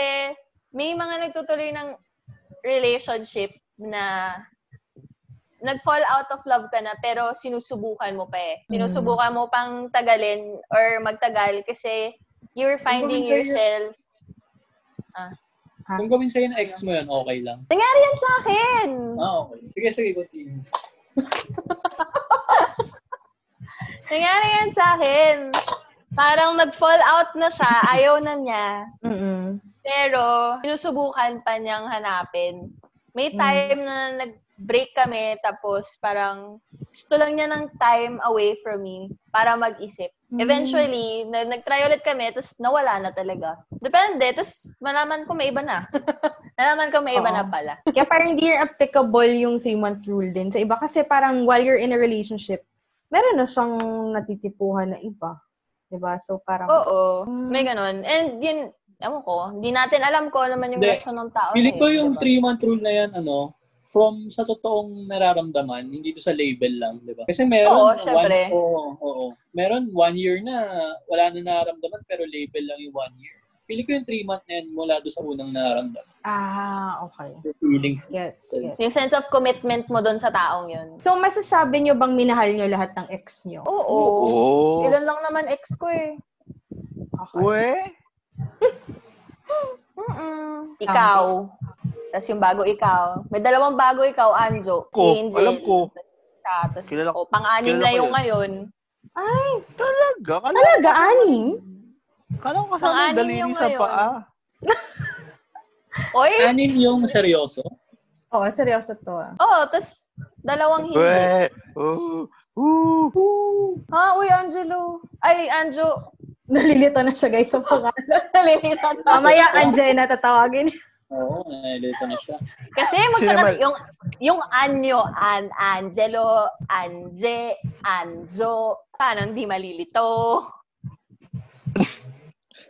may mga nagtutuloy ng relationship na nag-fall out of love ka na pero sinusubukan mo pa eh. Sinusubukan mo pang tagalin or magtagal kasi you're finding
Kumbaga,
yourself.
Kung gawin sa'yo ng ex mo yun, okay lang.
Nangyari yan sa akin!
Ah, okay. Sige, sige, continue.
Nangyari yan sa akin. Parang nag-fall out na siya, ayaw na niya.
Mm-mm.
Pero, sinusubukan pa niyang hanapin. May
Hmm.
time na nag-break kami, tapos parang gusto lang niya ng time away from me para mag-isip.
Hmm.
Eventually, na- nag-try ulit kami, tapos nawala na talaga. Depende, tapos malaman ko may iba na. nalaman ko may iba
Oo.
na pala.
Kaya parang hindi applicable yung three-month rule din sa iba. Kasi parang while you're in a relationship, meron na siyang natitipuhan na iba. Diba? So parang,
Oo,
Hmm.
may ganun. And yun, ewan ko, hindi natin alam ko naman yung
Hindi.
reason ng tao.
Feeling
eh,
ko yung
diba?
three-month rule na yan, ano, from sa totoong nararamdaman, hindi to sa label lang, di ba? Kasi meron,
Oo, syempre.
one, oo, oo. meron one year na wala na nararamdaman, pero label lang yung one year. Feeling ko yung three-month na yan mula doon sa unang nararamdaman.
ah, okay.
Feeling ko.
Gets, gets.
Yung sense of commitment mo doon sa taong yun.
So masasabi nyo bang minahal nyo lahat ng ex nyo?
Oo.
Oo.
Ilan lang naman ex ko eh.
Uwe?
Mm-mm. Ikaw. Tapos yung bago ikaw. May dalawang bago ikaw, Anjo.
Ko,
Si Angel.
alam ko.
Siya. Tapos
Kilala-
oh, pang-anim
kilala ko
na yung
yun.
ngayon.
Ay,
Talaga? Kala,
talaga, anim?
kala ko kasama
Pang-anim
yung daliri
yung
sa
ngayon.
paa.
Oy!
Anim yung seryoso.
Oo, seryoso to ah.
Oo, oh, tapos dalawang hindi.
Uwe! Oo. Oo.
Ha, uy, Angelo. Ay, Anjo.
Nalilito na siya guys sa pangalan.
Nalilitan na.
Mamaya, Anjay na tatawagin.
Oo, nalilito na siya.
Kasi
naman?
magkaka- yung, yung anyo, an, Angelo, Anje, Anjo. Paano hindi malilito?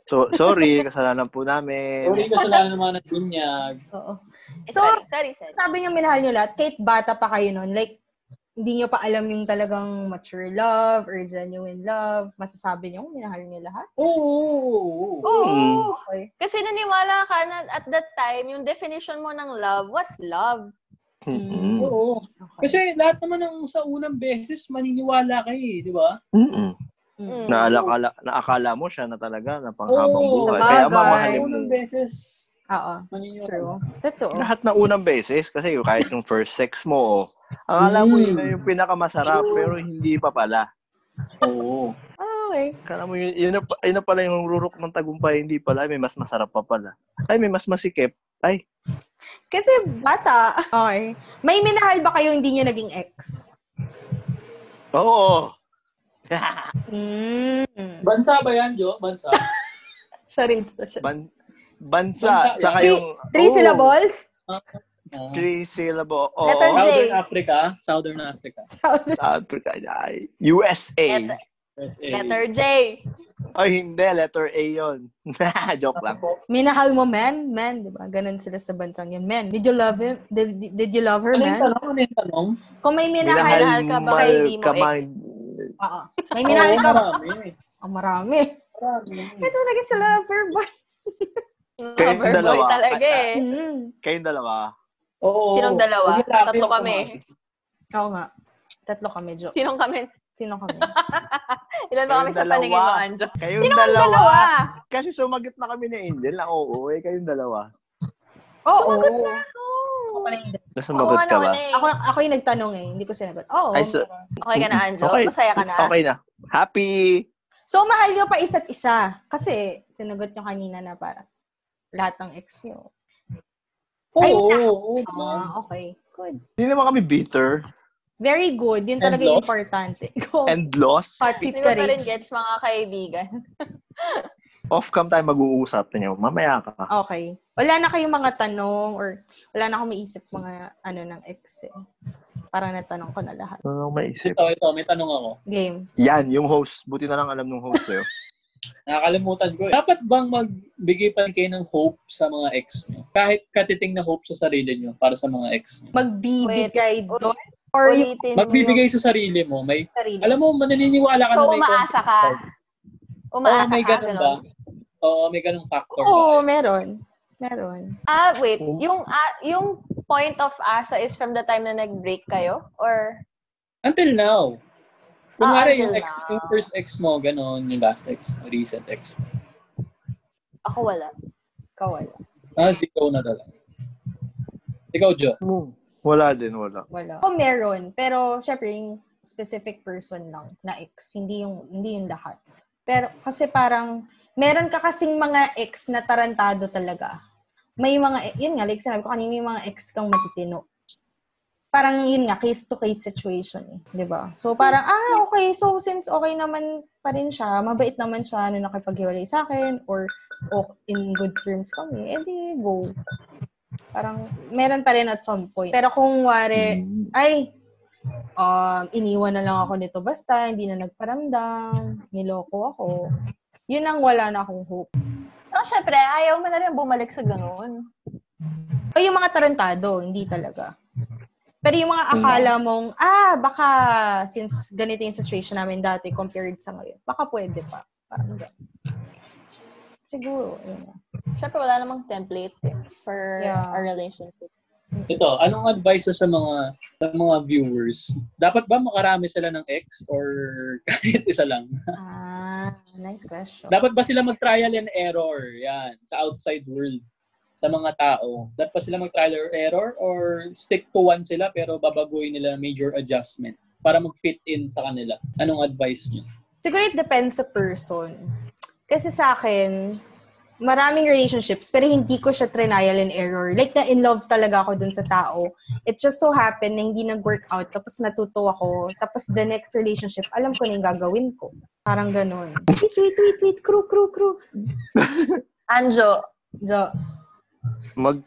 So, sorry, kasalanan po
Pero
namin.
yung kasalanan naman ng bunyag.
Oo.
Eh,
So,
sorry, sorry, sorry.
sabi nyo minahal nyo lahat, kahit bata pa kayo nun, like, hindi nyo pa alam yung talagang mature love or genuine love, masasabi nyo, "Oh, minahal nyo lahat.
Oo, oo, oo.
Hmm.
Oo.
Okay.
Kasi naniwala ka na at that time, yung definition mo ng love was love.
Mm-mm.
Oo.
okay.
Kasi lahat naman ng sa unang beses, maniniwala ka eh, di ba?
Mm-mm.
Mm.
Naakala, naakala mo siya na talaga na panghabang
Oo,
buhay.
sabagay.
Kaya
Ay,
mamahalin mo.
unang beses,
Oo.
maniniwala.
True. Totoo.
Oh. Lahat na unang beses, kasi kahit yung first sex mo, oh, akala mo yun na yung pinakamasarap, pero hindi pa pala.
Oo.
Ah, okay.
Akala mo yun, yun, na, pa- yun na pala yung rurok ng tagumpay, hindi pala, may mas masarap pa pala. Ay, may mas masikip. Ay,
Kasi bata. Okay. May minahal ba kayo hindi nyo naging ex?
oo!
Mm.
Bansa ba yan, Jo? Bansa.
Siya rin. Siya. Oh.
Ban- bansa,
Bansa
tsaka
Three,
yung...
three
oo,
syllables?
Ah.
Three syllable. Oo.
Letter J.
Southern Africa. Southern Africa.
Sound-
Africa, ay, USA.
Letter,
USA.
letter J.
Ay, hindi. Letter A yun. Joke lang.
minahal mo, man? Man, di ba? Ganun sila sa bansang yun. Man, did you love him? Did, did- did you love her,
Ano yung
man?
tanong? Ano yung tanong?
Kung may minahal,
Minahal ka ba kay Limo
ka
X?
man.
Oo. May
Oo,
minahal ka ba?
marami.
Oh, marami.
Marami.
Kasi talaga sila verbal.
Kayong
Lover boy
dalawa.
talaga eh.
Mm.
Kayong dalawa.
Oo.
Sinong dalawa?
Yung lalaki,
Tatlo
yung
kami.
babae.
Oo nga. Tatlo kami, Jo.
Sinong kami?
Sino kami?
Ilan ba kami
Kayong
sa paningin mo,
dalawa.
Anjo?
Kayong
Sino ang
dalawa.
dalawa?
Kasi sumagit na kami ni Angel na oo, eh, kayong dalawa.
Oo.
Sumagot na ako.
Nasumagot ka ba?
eh.
Ako, ako yung nagtanong eh. Hindi ko sinagot. Oo.
Ay, so,
Okay ka na, Anjo?
okay.
Masaya ka na?
okay na. Happy!
So, mahal nyo pa isa't isa. Kasi, sinagot nyo kanina na para lahat ng ex nyo.
Oo,
Ayun na.
oo, oo. ma'am.
Ah, okay. Good.
Hindi naman kami bitter
Very good. Yun talaga
And
yung
lost?
importante. Go.
Oh.
and lost.
Hot seat
Hindi mo
ka
pa rin
rin.
gets mga kaibigan.
Off-cam tayo mag-uusap niyo. Mamaya ka.
Okay. Wala na kayong mga tanong or wala na akong maisip mga ano ng ex eh. Parang natanong ko na lahat.
Ano nang maisip?
Ito, ito. May tanong ako.
Game.
Yan, yung host. Buti na lang alam ng host sa'yo.
Nakakalimutan ko eh. Dapat bang magbigay pa rin kayo ng hope sa mga ex nyo? Kahit katiting na hope sa sarili nyo para sa mga ex nyo.
Magbibigay
Wait. Ul-
doon or yung
Ulitin mo
Magbibigay
yung-
sa sarili mo. May,
sarili.
alam mo, mananiniwala ka
So,
na may
umaasa ka.
confidence Oo,
Umaasa
may
ka,
ganun ba?
ganun.
Oo, may ganung factor ba?
Oo, meron. Meron.
Ah, wait.
Oh.
Oo.
Yung ah, yung point of asa is from the time na nag-break kayo? Or,
Until now. Kung
Ah,
mara
until
yung, ex,
now.
yung first ex mo, ganun, yung last ex mo, recent ex mo.
ako wala.
Kawala.
Ah, ikaw na talaga. Ikaw, Jo.
Wala din, wala.
Wala. O meron, pero syempre yung specific person lang na ex, hindi yung hindi yung lahat. Pero kasi parang meron ka kasing mga ex na tarantado talaga. May mga eh, yun nga like sinabi ko kanina yung mga ex kang matitino. Parang yun nga case to case situation eh, 'di ba? So parang ah okay, so since okay naman pa rin siya, mabait naman siya na nakipaghiwalay sa akin or o in good terms kami, edi go. Parang meron pa rin at some point. Pero kung wari, ay, um, iniwan na lang ako nito basta, hindi na nagparamdam, niloko ako. Yun ang wala na akong hope.
Pero Ah, syempre, ayaw mo na rin bumalik sa ganun.
O yung mga tarantado, hindi talaga. Pero yung mga akala mong, ah, baka since ganito yung situation namin dati compared sa ngayon, baka pwede pa. Parang ganun. Siguro, yun. na.
Syempre, wala namang template eh, for
Yeah.
a relationship.
Ito, anong advice mo sa mga sa mga viewers? Dapat ba makarami sila ng ex or kahit isa lang?
Ah, nice question.
Dapat ba sila mag-trial and error? Yan, sa outside world sa mga tao. Dapat ba sila mag-trial or error or stick to one sila pero babaguhin nila major adjustment para mag-fit in sa kanila? Anong advice niyo?
Siguro it depends sa person. Kasi sa akin, maraming relationships, pero hindi ko siya trial and error. Like, na-in love talaga ako dun sa tao. It just so happened na hindi nag-work out, tapos natuto ako, tapos the next relationship, alam ko na yung gagawin ko. Parang ganun. Tweet, tweet, tweet, tweet, crew, crew, crew.
Anjo,
Jo,
Mag,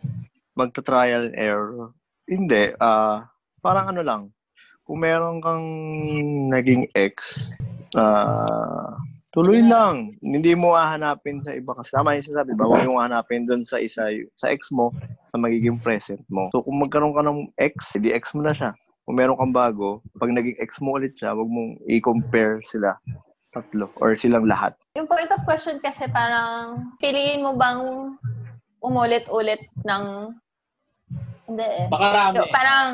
magta-trial and error. Hindi. ah parang ano lang. Kung meron kang naging ex, ah tuloy lang. Hindi mo hahanapin sa iba. Kasi tama yung sinasabi, ba? Huwag yung hahanapin doon sa isa, y- sa ex mo, na magiging present mo. So, kung magkaroon ka ng ex, hindi ex mo na siya. Kung meron kang bago, pag naging ex mo ulit siya, huwag mong i-compare sila tatlo or silang lahat.
yung point of question kasi parang, piliin mo bang umulit-ulit ng... Hindi eh.
Makarami.
So, parang,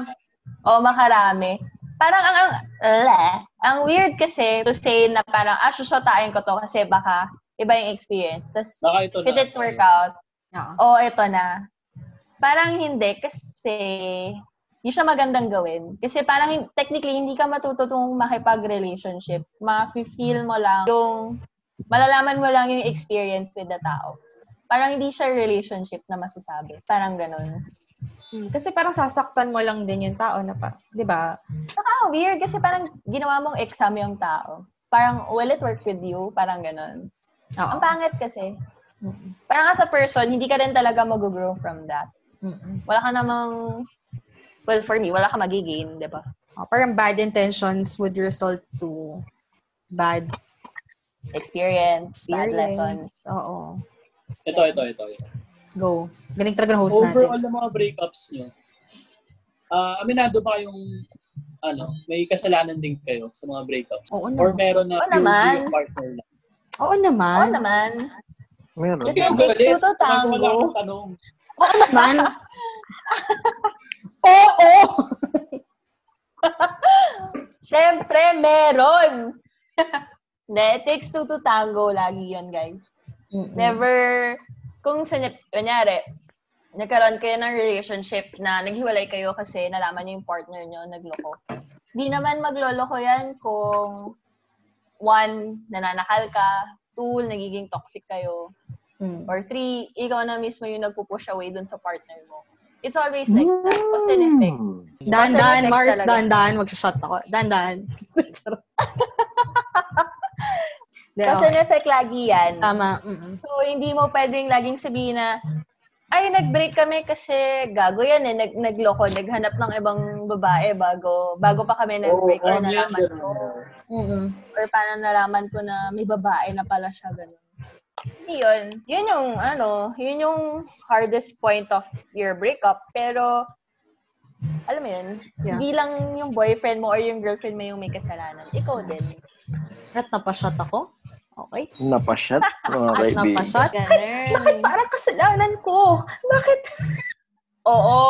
oh, makarami. Parang ang, ang, leh. ang weird kasi to say na parang, ah, susotain ko to kasi baka iba yung experience. Tapos,
Baka ito na.
did it work out?
Oo.
Oo, ito na. Parang hindi kasi hindi siya magandang gawin. Kasi parang hin- technically, hindi ka matututong makipag-relationship. Ma-feel mo lang yung, malalaman mo lang yung experience with the tao. Parang hindi siya relationship na masasabi. Parang ganun.
Hmm, kasi parang sasaktan mo lang din yung tao na pa, di ba?
Ah, weird kasi parang ginawa mong exam yung tao. Parang, will it work with you? Parang ganun.
Oo.
Ang pangit kasi. Parang as a person, hindi ka rin talaga mag-grow from that.
Mm-mm.
Wala ka namang, well, for me, wala ka magigain, di ba?
Oh, parang bad intentions would result to bad
Experience, bad lessons.
experience. Oo.
Ito, ito, ito. ito.
Go. Galing talaga ng host
Overall
natin.
ng mga breakups nyo, ah aminado ba kayong ano, may kasalanan din kayo sa mga breakups?
Oo naman.
Or meron
Oo
na
Oh,
pure
naman.
yung partner lang?
Oo naman.
Oo naman.
Meron.
Kasi it takes two to
Ginagawa lang
tango.
akong tanong.
Oo naman. Oo!
Siyempre, meron! Hindi, it takes two to tango lagi yon guys. Never, kung sa, kunyari, nagkaroon kayo ng relationship na naghiwalay kayo kasi nalaman niyo yung partner niyo nagloko. Di naman magloloko yan kung one, nananakal ka, two, nagiging toxic kayo,
Mm.
or three, ikaw na mismo yung nagpupush away dun sa partner mo. It's always like that.
Hmm.
Cause and effect.
Mm. Dandan,
Kasi
Mars,
talaga.
dandan. Mag-shot ako. Dandan. Charot. Hindi,
Cause and
okay.
effect lagi yan.
Tama. Mm-mm.
So, hindi mo pwedeng laging sabihin na, ay, nag-break kami kasi gago yan eh, nag nagloko, naghanap ng ibang babae bago bago pa kami nag-break or
ano yan,
nalaman
ganun.
ko.
Mm-mm.
Or parang nalaman ko na may babae na pala siya, ganun. Hindi yun. Yun yung, ano, yun yung hardest point of your breakup. Pero, alam mo yun,
Yeah.
hindi lang yung boyfriend mo or yung girlfriend mo yung may kasalanan. Ikaw din.
At napashot ako. Okay.
Napashot, mga
At
kaibigan.
napashot.
Ganun.
Parang kasalanan ko. Bakit?
Oo.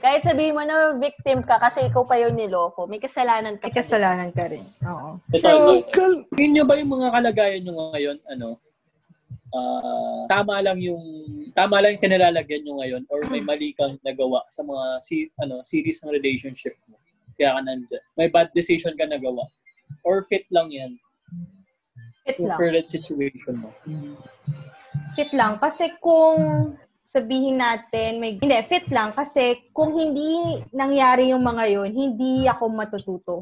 Kahit sabihin mo na victim ka kasi ikaw pa yun niloko, may kasalanan ka
May
pa din.
kasalanan ka rin. Oo.
Ito, Lord. Tingin niyo ba yung mga kalagayan niyo ngayon, ano, ah, tama lang yung tama lang yung kinalalagyan niyo ngayon or may mali kang nagawa sa mga si, ano, series ng relationship mo. Kaya ka nandiyan. May bad decision ka nagawa. Or fit lang yan.
Fit
Yung
lang.
current situation mo.
Fit lang. Kasi kung sabihin natin, may, hindi, fit lang. Kasi kung hindi nangyari yung mga yun, hindi ako matututo.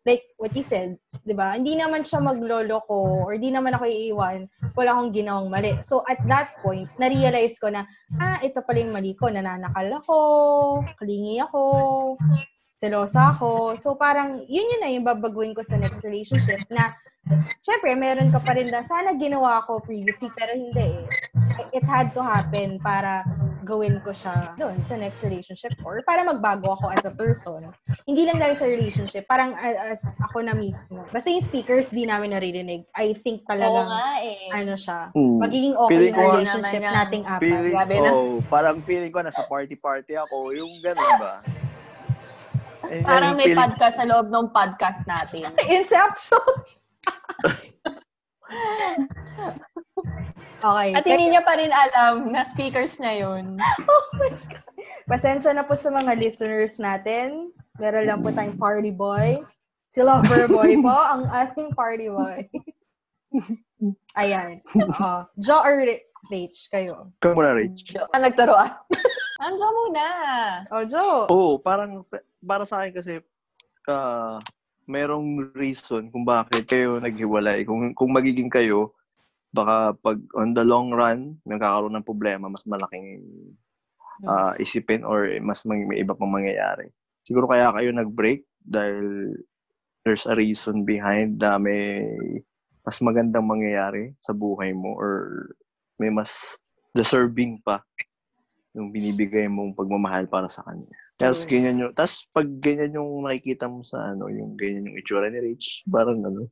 Like what you said, di ba? Hindi naman siya maglolo ko or hindi naman ako iiwan. Wala akong ginawang mali. So at that point, na-realize ko na, ah, ito pala yung mali ko. Nananakal ako, kalingi ako, selosa ako. So parang, yun yun na yung babaguin ko sa next relationship na, syempre, meron ka pa rin na, sana ginawa ko previously, pero hindi eh. It had to happen para gawin ko siya doon sa next relationship or para magbago ako as a person. Hindi lang dahil sa relationship, parang a- as ako na mismo. Basta yung speakers, di namin naririnig. I think
Oo
talagang,
nga eh.
ano siya,
Hmm.
magiging okay
Feeling
yung
ko-
relationship
Naman yan.
nating apat.
Feeling,
Grabe na.
oh, parang feeling ko nasa party-party ako. Yung ganun ba? Eh,
Parang may
feeling-
podcast sa loob ng podcast natin.
Inception. okay.
At hindi niya pa rin alam na speakers niya yun.
Oh Pasensya na po sa mga listeners natin. Meron lang po tayong party boy. Si lover boy po ang ating party boy. Ayan. Oo. Jo or Rach, kayo.
Ikaw muna, Rich.
Ang nagtaroan. Anjo ah. muna.
Oh, Jo.
Oo, parang para sa akin kasi ah, merong reason kung bakit kayo naghiwalay. Kung kung magiging kayo baka pag on the long run nagkakaroon ng problema mas malaking ah, isipin or mas may, may iba pang mangyayari. Siguro kaya kayo nag-break dahil there's a reason behind na may mas magandang mangyayari sa buhay mo or may mas deserving pa yung binibigay mong pagmamahal para sa kanya. Tapos ganyan yung, tapos pag ganyan yung nakikita mo sa ano, yung ganyan yung itsura ni Rach, parang ano.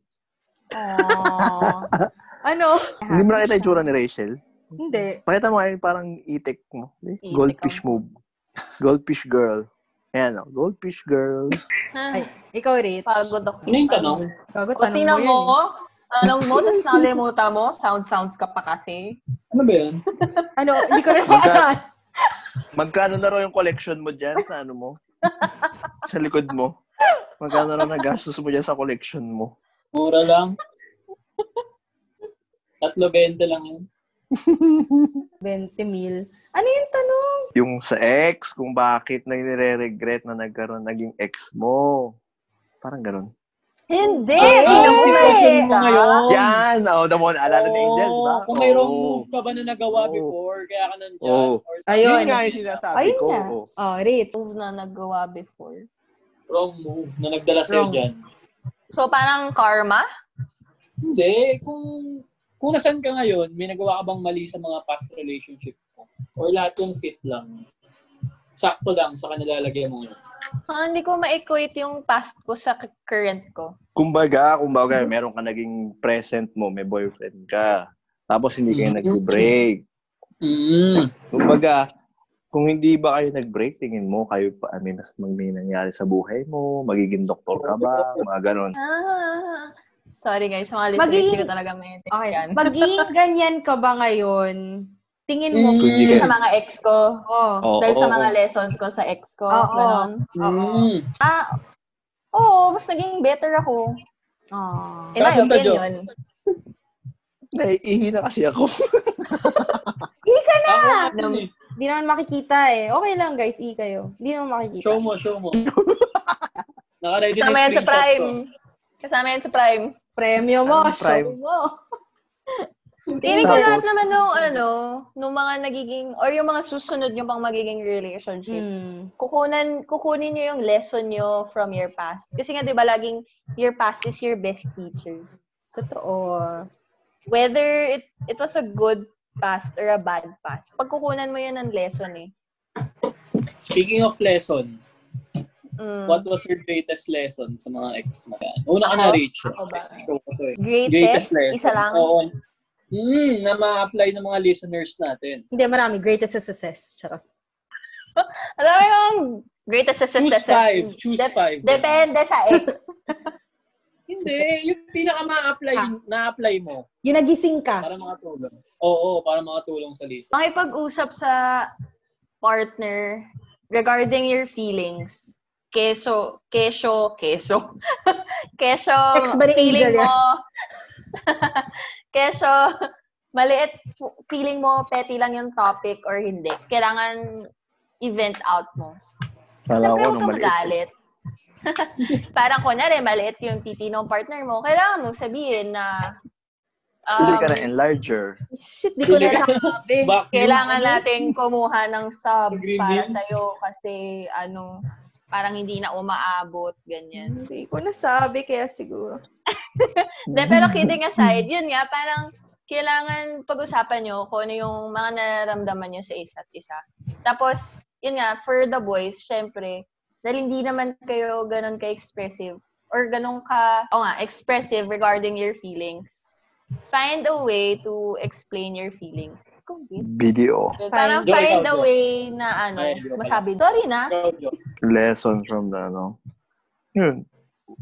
Aww. ano?
Hindi mo nakita yung itsura ni Rachel.
Hindi.
Pakita mo ngayon parang itik mo. Eh,
Itik
Goldfish
ang-
move. Goldfish girl. Ayan o, goldfish girl.
Ay, ikaw, Rach.
Pagod ako.
Ano yung tanong?
Bago
O,
tanong mo
tingnan
yun. eh.
mo. Tanong mo, tapos nakalimutan mo. Sound-sounds ka pa kasi.
Ano ba yun?
Ano? Hindi ko rin
Magka-
maalala.
Magkano na raw yung collection mo dyan sa ano mo? Sa likod mo? Magkano raw na gastos mo dyan sa collection mo?
Mura lang. Tatlo benta lang yun.
20 mil. Ano yung tanong?
Yung sa ex, kung bakit na nire-regret na nagkaroon naging ex mo. Parang ganun.
Eh,
Ah,
Hindi!
Ay, ay,
Hindi mo
ay,
na-explain
Kung ngayon,
Yan! Oh, the one, alala ni Angel, di ba? Oh.
Oo, Oh, Kung may wrong
Oo.
move ka ba na nagawa
Oo.
before, kaya ka nandyan.
Oo.
Or
Yun
Ayun.
nga yung sinasabi
Ayun
ko.
nga.
oo.
Oh, Rach.
move na nagawa before.
wrong move na nagdala sa'yo
Wrong.
dyan.
So, parang karma?
Hindi. Kung kung nasan ka ngayon, may nagawa ka bang mali sa mga past relationship mo? Or lahat yung fit lang? Sakto lang sa kanilalagay mo ngayon.
Ah, hindi ko ma-equate yung past ko sa k- current ko.
Kumbaga, kumbaga, meron ka naging present mo, may boyfriend ka. Tapos hindi kayo
Mm-hmm.
nag-break.
Mm.
Kumbaga, kung hindi ba kayo nag-break, tingin mo, kayo pa, I mean, mas mag- may nangyari sa buhay mo, magiging doktor ka ba, mga ganon.
Ah, sorry guys, mga listeners,
Magiging-
hindi ko talaga
Okay.
maintindihan.
Maging ganyan ka ba ngayon? Tingin mo. Oh.
Mm. Oh.
Kundi
Dahil sa mga ex ko.
Oo.
Oo,
dahil sa
oo,
mga
oo.
lessons ko sa ex ko.
Oo.
Ganon.
Oo.
Mm.
Ah, oo, mas naging better ako. Eh,
Oo.
In my
Saan punta, Jo?
opinion.
Naiihi na kasi ako.
Ako, ano
Nam-
eh.
Hindi naman makikita eh. Okay lang guys, i kayo. Hindi naman makikita.
Show mo, show mo. Nakaready
Kasama
na
yan
yung
sa
screenshot
Prime.
ko.
Kasama yan sa Prime.
Premyo mo,
Ano,
Ang prime.
show mo.
Feeling ko
Tapos-
lahat naman nung ano, nung mga nagiging, or yung mga susunod nyo pang magiging relationship.
Hmm.
kukunan kukunin niyo yung lesson niyo from your past. Kasi nga 'di ba laging your past is your best teacher.
Totoo.
Whether it it was a good past or a bad past. Pagkukunan mo 'yun ng lesson eh.
Speaking of lesson,
Mm.
what was your greatest lesson sa mga ex mo? Yan. Una ka na,
Ako?
Rich.
Ako ba?
Show ko to eh.
Oh. Greatest,
Greatest lesson. Oh.
isa lang.
Oo. Mm, na ma-apply ng mga listeners natin.
Hindi, marami. Greatest success. Charot.
Ang dami kong greatest
Choose
success.
five. Choose five.
Depende sa ex.
Hindi. Yung pinaka ma-apply,
Ah.
na-apply mo
Yung nagising ka.
para makatulong. Oo, para makatulong sa Lisa.
Makipag-usap sa partner regarding your feelings. Keso, keso, keso. keso,
Ex ba ni Angel yan?
feeling mo. keso, maliit, f- feeling mo, petty lang yung topic or hindi. Kailangan i-vent out mo.
Kala ko
Siyempre, huwag
nung
kang
maliit. eh.
magalit. Parang kunyari, maliit yung titi ng partner mo. Kailangan mong sabihin na
Hindi ka
um,
na enlarger.
Shit, di ko
Hindi
na
ka-
nasabi.
Back you.
kailangan natin kumuha ng sub
Green
para
beans?
sa'yo kasi ano, parang hindi na umaabot, ganyan.
Hindi ko nasabi, kaya siguro.
De, pero kidding aside, yun nga, parang kailangan pag-usapan nyo kung ano yung mga nararamdaman nyo sa isa't isa. Tapos, yun nga, for the boys, syempre, dahil hindi naman kayo ganun ka-expressive or ganun ka, o nga, expressive regarding your feelings. Find a way to explain your feelings. Kung gets.
Video.
Parang
Joy,
find
ikaw,
a
Joy.
way na ano,
Ay, hindi ko pala.
masabi. Sorry na.
Ikaw, Jo.
Lesson from the, ano. Yun.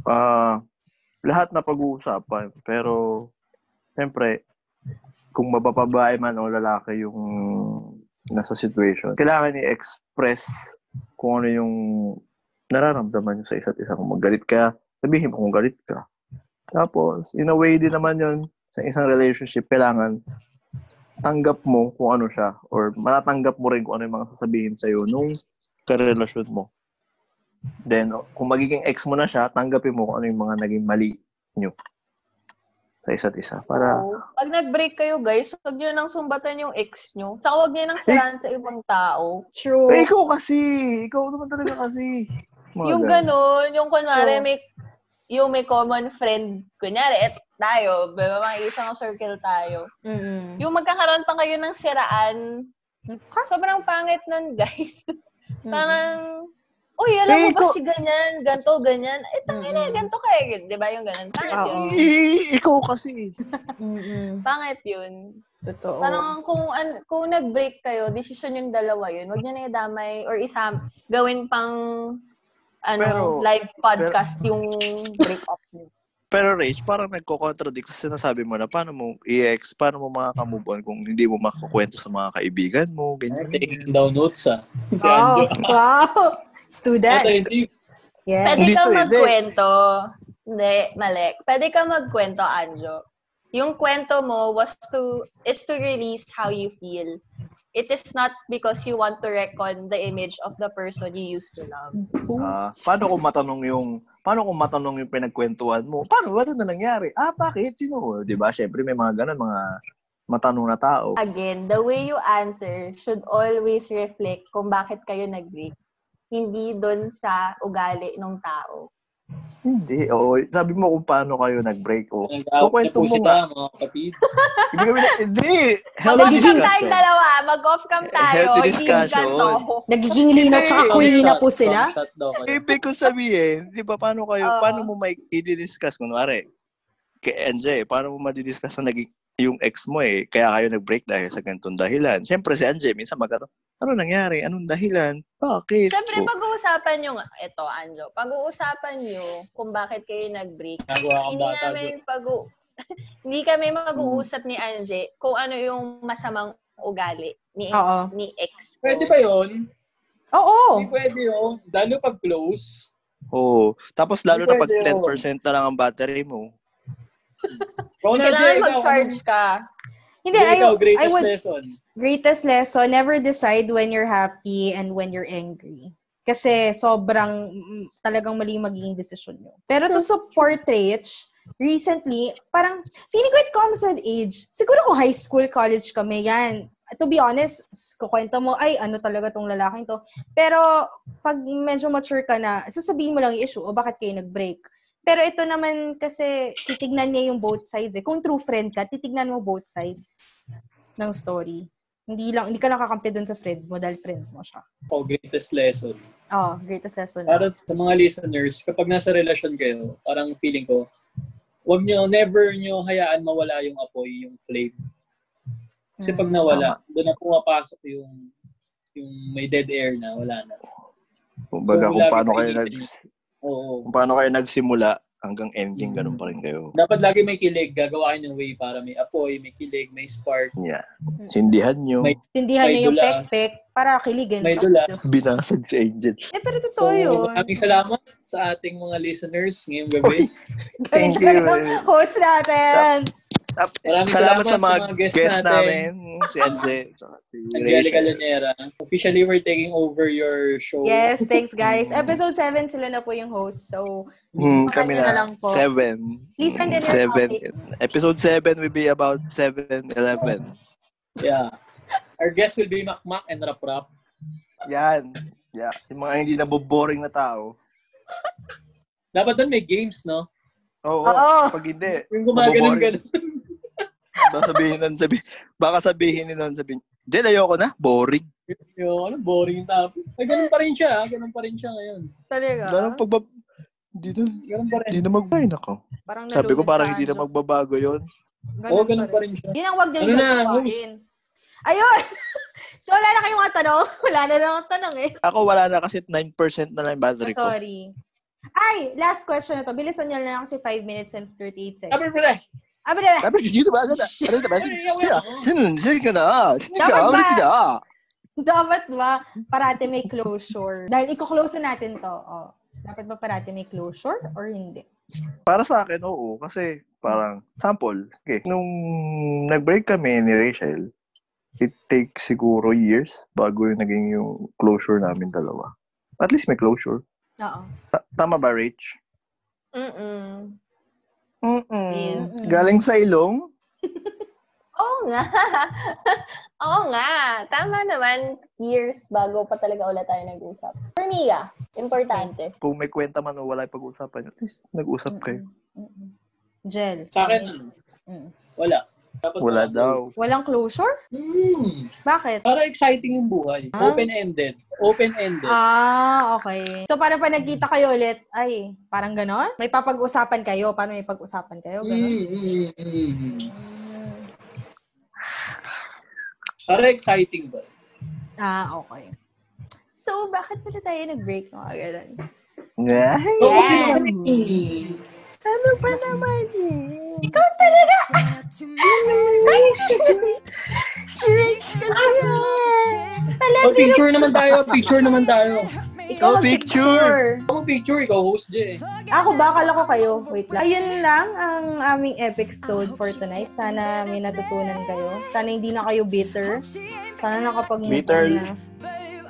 Ah, lahat na pag-uusapan. Pero, siyempre, kung mabababae man o lalaki yung nasa situation, kailangan i-express kung ano yung nararamdaman niyo sa isa't isa. Kung magalit ka, sabihin mo kung galit ka. Tapos, in a way din naman yun, sa isang relationship, kailangan tanggap mo kung ano siya or matatanggap mo rin kung ano yung mga sasabihin sa'yo nung karelasyon mo. Then, kung magiging ex mo na siya, tanggapin mo kung ano yung mga naging mali nyo sa isa't isa. Para,
Oo. Pag nag-break kayo, guys, huwag nyo nang sumbatan yung ex nyo. Saka huwag nyo nang siraan sa ibang tao.
True.
Eh, ikaw kasi! Ikaw naman talaga kasi! Mga
yung
ganun.
ganun, yung kunwari
Oo.
may, yung may common friend, kunyari, et tayo, may mga isang circle tayo.
Mm-mm.
Yung magkakaroon pa kayo ng siraan, sobrang pangit nun, guys. Parang, uy, alam mo
Eh,
ba
ikaw-
si ganyan, ganto, ganyan? Eh, tangina,
Mm-mm.
ganto ka eh. Di ba yung ganun? Pangit yun.
Oo.
Eh, ikaw kasi!
Mm-mm.
Pangit yun.
Totoo.
Parang kung an, kung nag-break kayo, decision yung dalawa yun. Huwag niyo na idamay or isa gawin pang ano,
Pero-
live podcast yung break up niyo.
Pero Rach, parang nagko-contradict sa sinasabi mo na paano mo i-ex, paano mo makakamove on kung hindi mo makakwento sa mga kaibigan mo, ganyan,
Taking
ganyan.
down notes, ah.
Oh,
Si
Wow.
Anjo.
Wow.
Ah,
Student.
scientific.
Yeah.
Pwede
Hindi to,
kang
eh, hindi.
magkwento. Hindi, mali. Pwede kang magkwento, Anjo. Yung kwento mo was to is to release how you feel. It is not because you want to recon the image of the person you used to love.
Ah, paano kung matanong yung paano kung matanong yung pinagkwentuhan mo? Paano wala na nangyari? Ah, bakit? Sino? 'Di ba? Syempre may mga ganun mga matanong na tao.
Again, the way you answer should always reflect kung bakit kayo nag-break. Hindi doon sa ugali ng tao.
Hindi. Oo, sabi mo kung paano kayo nag-break o.
Nag-out na
Kukwento
po
mo
sila, mga kapatid.
Hindi kami na, hindi.
Mag-off
Healthy
cam tayong
discussion.
dalawa. Mag-off cam
Eh,
tayo.
healthy
Hindi yung
discussion.
ganito.
Nagiging linaw tsaka
Hindi.
queenie na
Bang
po
shot,
sila.
bang shot daw kayo.
Ibig ko sabihin, 'di ba paano kayo
Oo.
paano mo may i-discuss kunwari kay Anjay, paano mo madidiscuss na naging yung ex mo eh, kaya kayo nag-break dahil sa ganitong dahilan. Siyempre si Anjay, minsan magkaroon, ano nangyari? Anong dahilan? Bakit?
Siyempre,
Oh.
pag-uusapan nyo, nga- eto, Anjo, pag-uusapan nyo kung bakit kayo nag-break.
Nagawa kang
Hindi
bata, Jo.
namin pag hindi kami mag-uusap ni Anje kung ano yung masamang ugali ni
Oo.
ni ex. ko.
Ah. Pwede ba yun?
Oo.
Hindi pwede yun. Lalo pag close.
Oo. Tapos lalo
Hindi
na pag
pwede
10% na lang ang battery mo.
Ikaw na,
Kailangan
Jay, ikaw,
mag-charge ka.
Hindi,
Hindi,
I,
ikaw,
I
greatest
would,
lesson.
greatest lesson, never decide when you're happy and when you're angry. Kasi sobrang mm, talagang mali yung magiging desisyon nyo. Pero to support Rich, recently, parang feeling ko it comes with age. Siguro kung high school, college kami, yan. To be honest, s- kukwento mo, ay, ano talaga tong lalaking to. Pero pag medyo mature ka na, sasabihin mo lang yung issue, o bakit kayo nag-break. Pero ito naman kasi, titignan niya yung both sides. Eh. Kung true friend ka, titignan mo both sides ng story. Hindi lang, hindi ka lang kakampi dun sa friend mo dahil friend mo siya.
Oh, greatest lesson.
Oh, greatest lesson.
Para sa mga listeners, kapag nasa relasyon kayo, parang feeling ko, wag nyo, never nyo hayaan mawala yung apoy, yung flame. Kasi pag nawala, doon na pumapasok yung Yung may dead air na, wala na.
Kumbaga,
So,
kung
lagi
paano
kayo
kayo nag
kikinig. Oo.
kung paano kayo nagsimula hanggang ending ganun pa rin kayo.
Dapat lagi may kilig. Gagawa kayo ng way para may apoy, may kilig, may spark.
Mm.
Yeah. Sindihan nyo.
May-
Tindihan
May
niya yung
dula.
pek-pek para kiligin.
May dula.
Binasag si Angel.
Eh, pero totoo
So,
yun.
maraming salamat sa ating mga listeners ngayong gabi.
Thank
Ganun
you.
ka lang, host natin.
Maraming
Salamat sa mga guests
natin.
namin. Si Angel. tsaka Si
Angelica
Rachel.
Lanera. Officially, we're taking over your show.
Yes, thanks guys. Episode 7 sila na po yung host. So,
Mm, kami
Pakanya na
na.
lang po.
Seven.
Please send in your
seven.
topic.
Episode seven will be about seven, eleven.
Yeah. Our guest will be Makmak and Raprap.
Yan. Yeah. Yung mga hindi naboboring na tao.
Dapat doon may games, no?
Oo.
Oo.
Pag hindi.
Yung gumaganon
Naboboring.
ganun.
Baka sabihin nun, sabi, baka sabihin nun, sabihin, Jel, ayoko na. Boring.
Yung ano, boring yung topic. Ay, ganun pa rin siya. ah. Ganun pa rin siya ngayon.
talaga.
Wala nang pagbab... Hindi na,
Ganun pa rin.
hindi na magbay na ko.
Parang
Sabi ko
naluluntahan
parang hindi na
nyo.
magbabago yon.
Oo, Oh, ganun pa rin siya.
Yun ang wag niyong
Ano na,
jojowain. Ayun! so, wala na kayong mga tanong. Wala na lang ang tanong eh.
Ako wala na kasi 9% na lang yung
Ah,
battery ko.
sorry. Ay, last question na to. Bilisan niyo na lang kasi 5 minutes and 38 seconds. Ah,
Dapat pala.
Abi na.
Sabi ko, sino ba? Ano na? Ano na ba? Sino? Sino? Sino? Sino ka na? Sino ka?
Dapat ba?
Ulit ka na?
Dapat ba parati may closure? Dahil i-close na natin to. Oh. Dapat ba parati may closure or hindi?
Para sa akin, oo. Kasi parang sample. Okay. Nung nag-break kami ni Rachel, it takes siguro years bago yung naging yung closure namin dalawa. At least may closure.
Oo.
Ta- tama ba, Rach?
Mm-mm.
Mm-mm. Galing sa ilong?
Oo nga. Oo nga. Tama naman. Years bago pa talaga ulit tayo nag-usap. For me, ah. Importante.
Kung may kwenta man o wala yung pag-uusapan, at least nag-usap kayo.
Gel.
Sa akin, ano?
Mm.
Wala. Dapat
Wala
wala.
daw.
Walang closure?
Hmm.
Bakit?
Para exciting yung buhay.
Ah.
Open-ended. Open-ended.
Ah, okay. So, parang pa nagkita kayo ulit, ay, parang ganon? May papag-usapan kayo? Paano may pag-usapan kayo? Ganon?
Mm, mm, mm, mm. Para exciting ba?
Ah, okay. So, bakit pala tayo nag-break ng mga ganon?
Yeah.
Oh,
Yeah.
Ano ba naman
Ikaw talaga!
Shout out to my ex.
Oh, picture naman tayo. Picture naman tayo.
Ikaw
No picture.
Ako picture, ikaw host dyan eh.
Ako ba? Akala ko kayo. Wait lang. Ayun lang ang aming episode for tonight. Sana may natutunan kayo. Sana hindi na kayo bitter. Sana nakapag
Bitter.
na.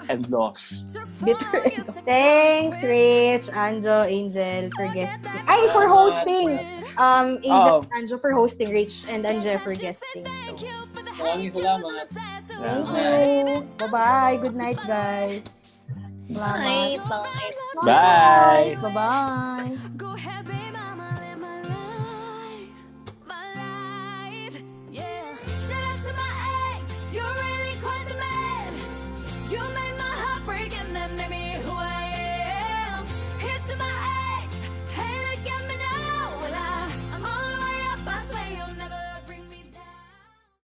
And lost.
Bitter. Thanks, Rich, Anjo, Angel, for guesting. Ay, for hosting! Um, Angel,
Oo.
Anjo for hosting, Rich, and Angel for guesting. So,
Maraming salamat.
thank you. Bye-bye. Good night, guys. Salamat.
Bye.
Bye!
Bye-bye.
Go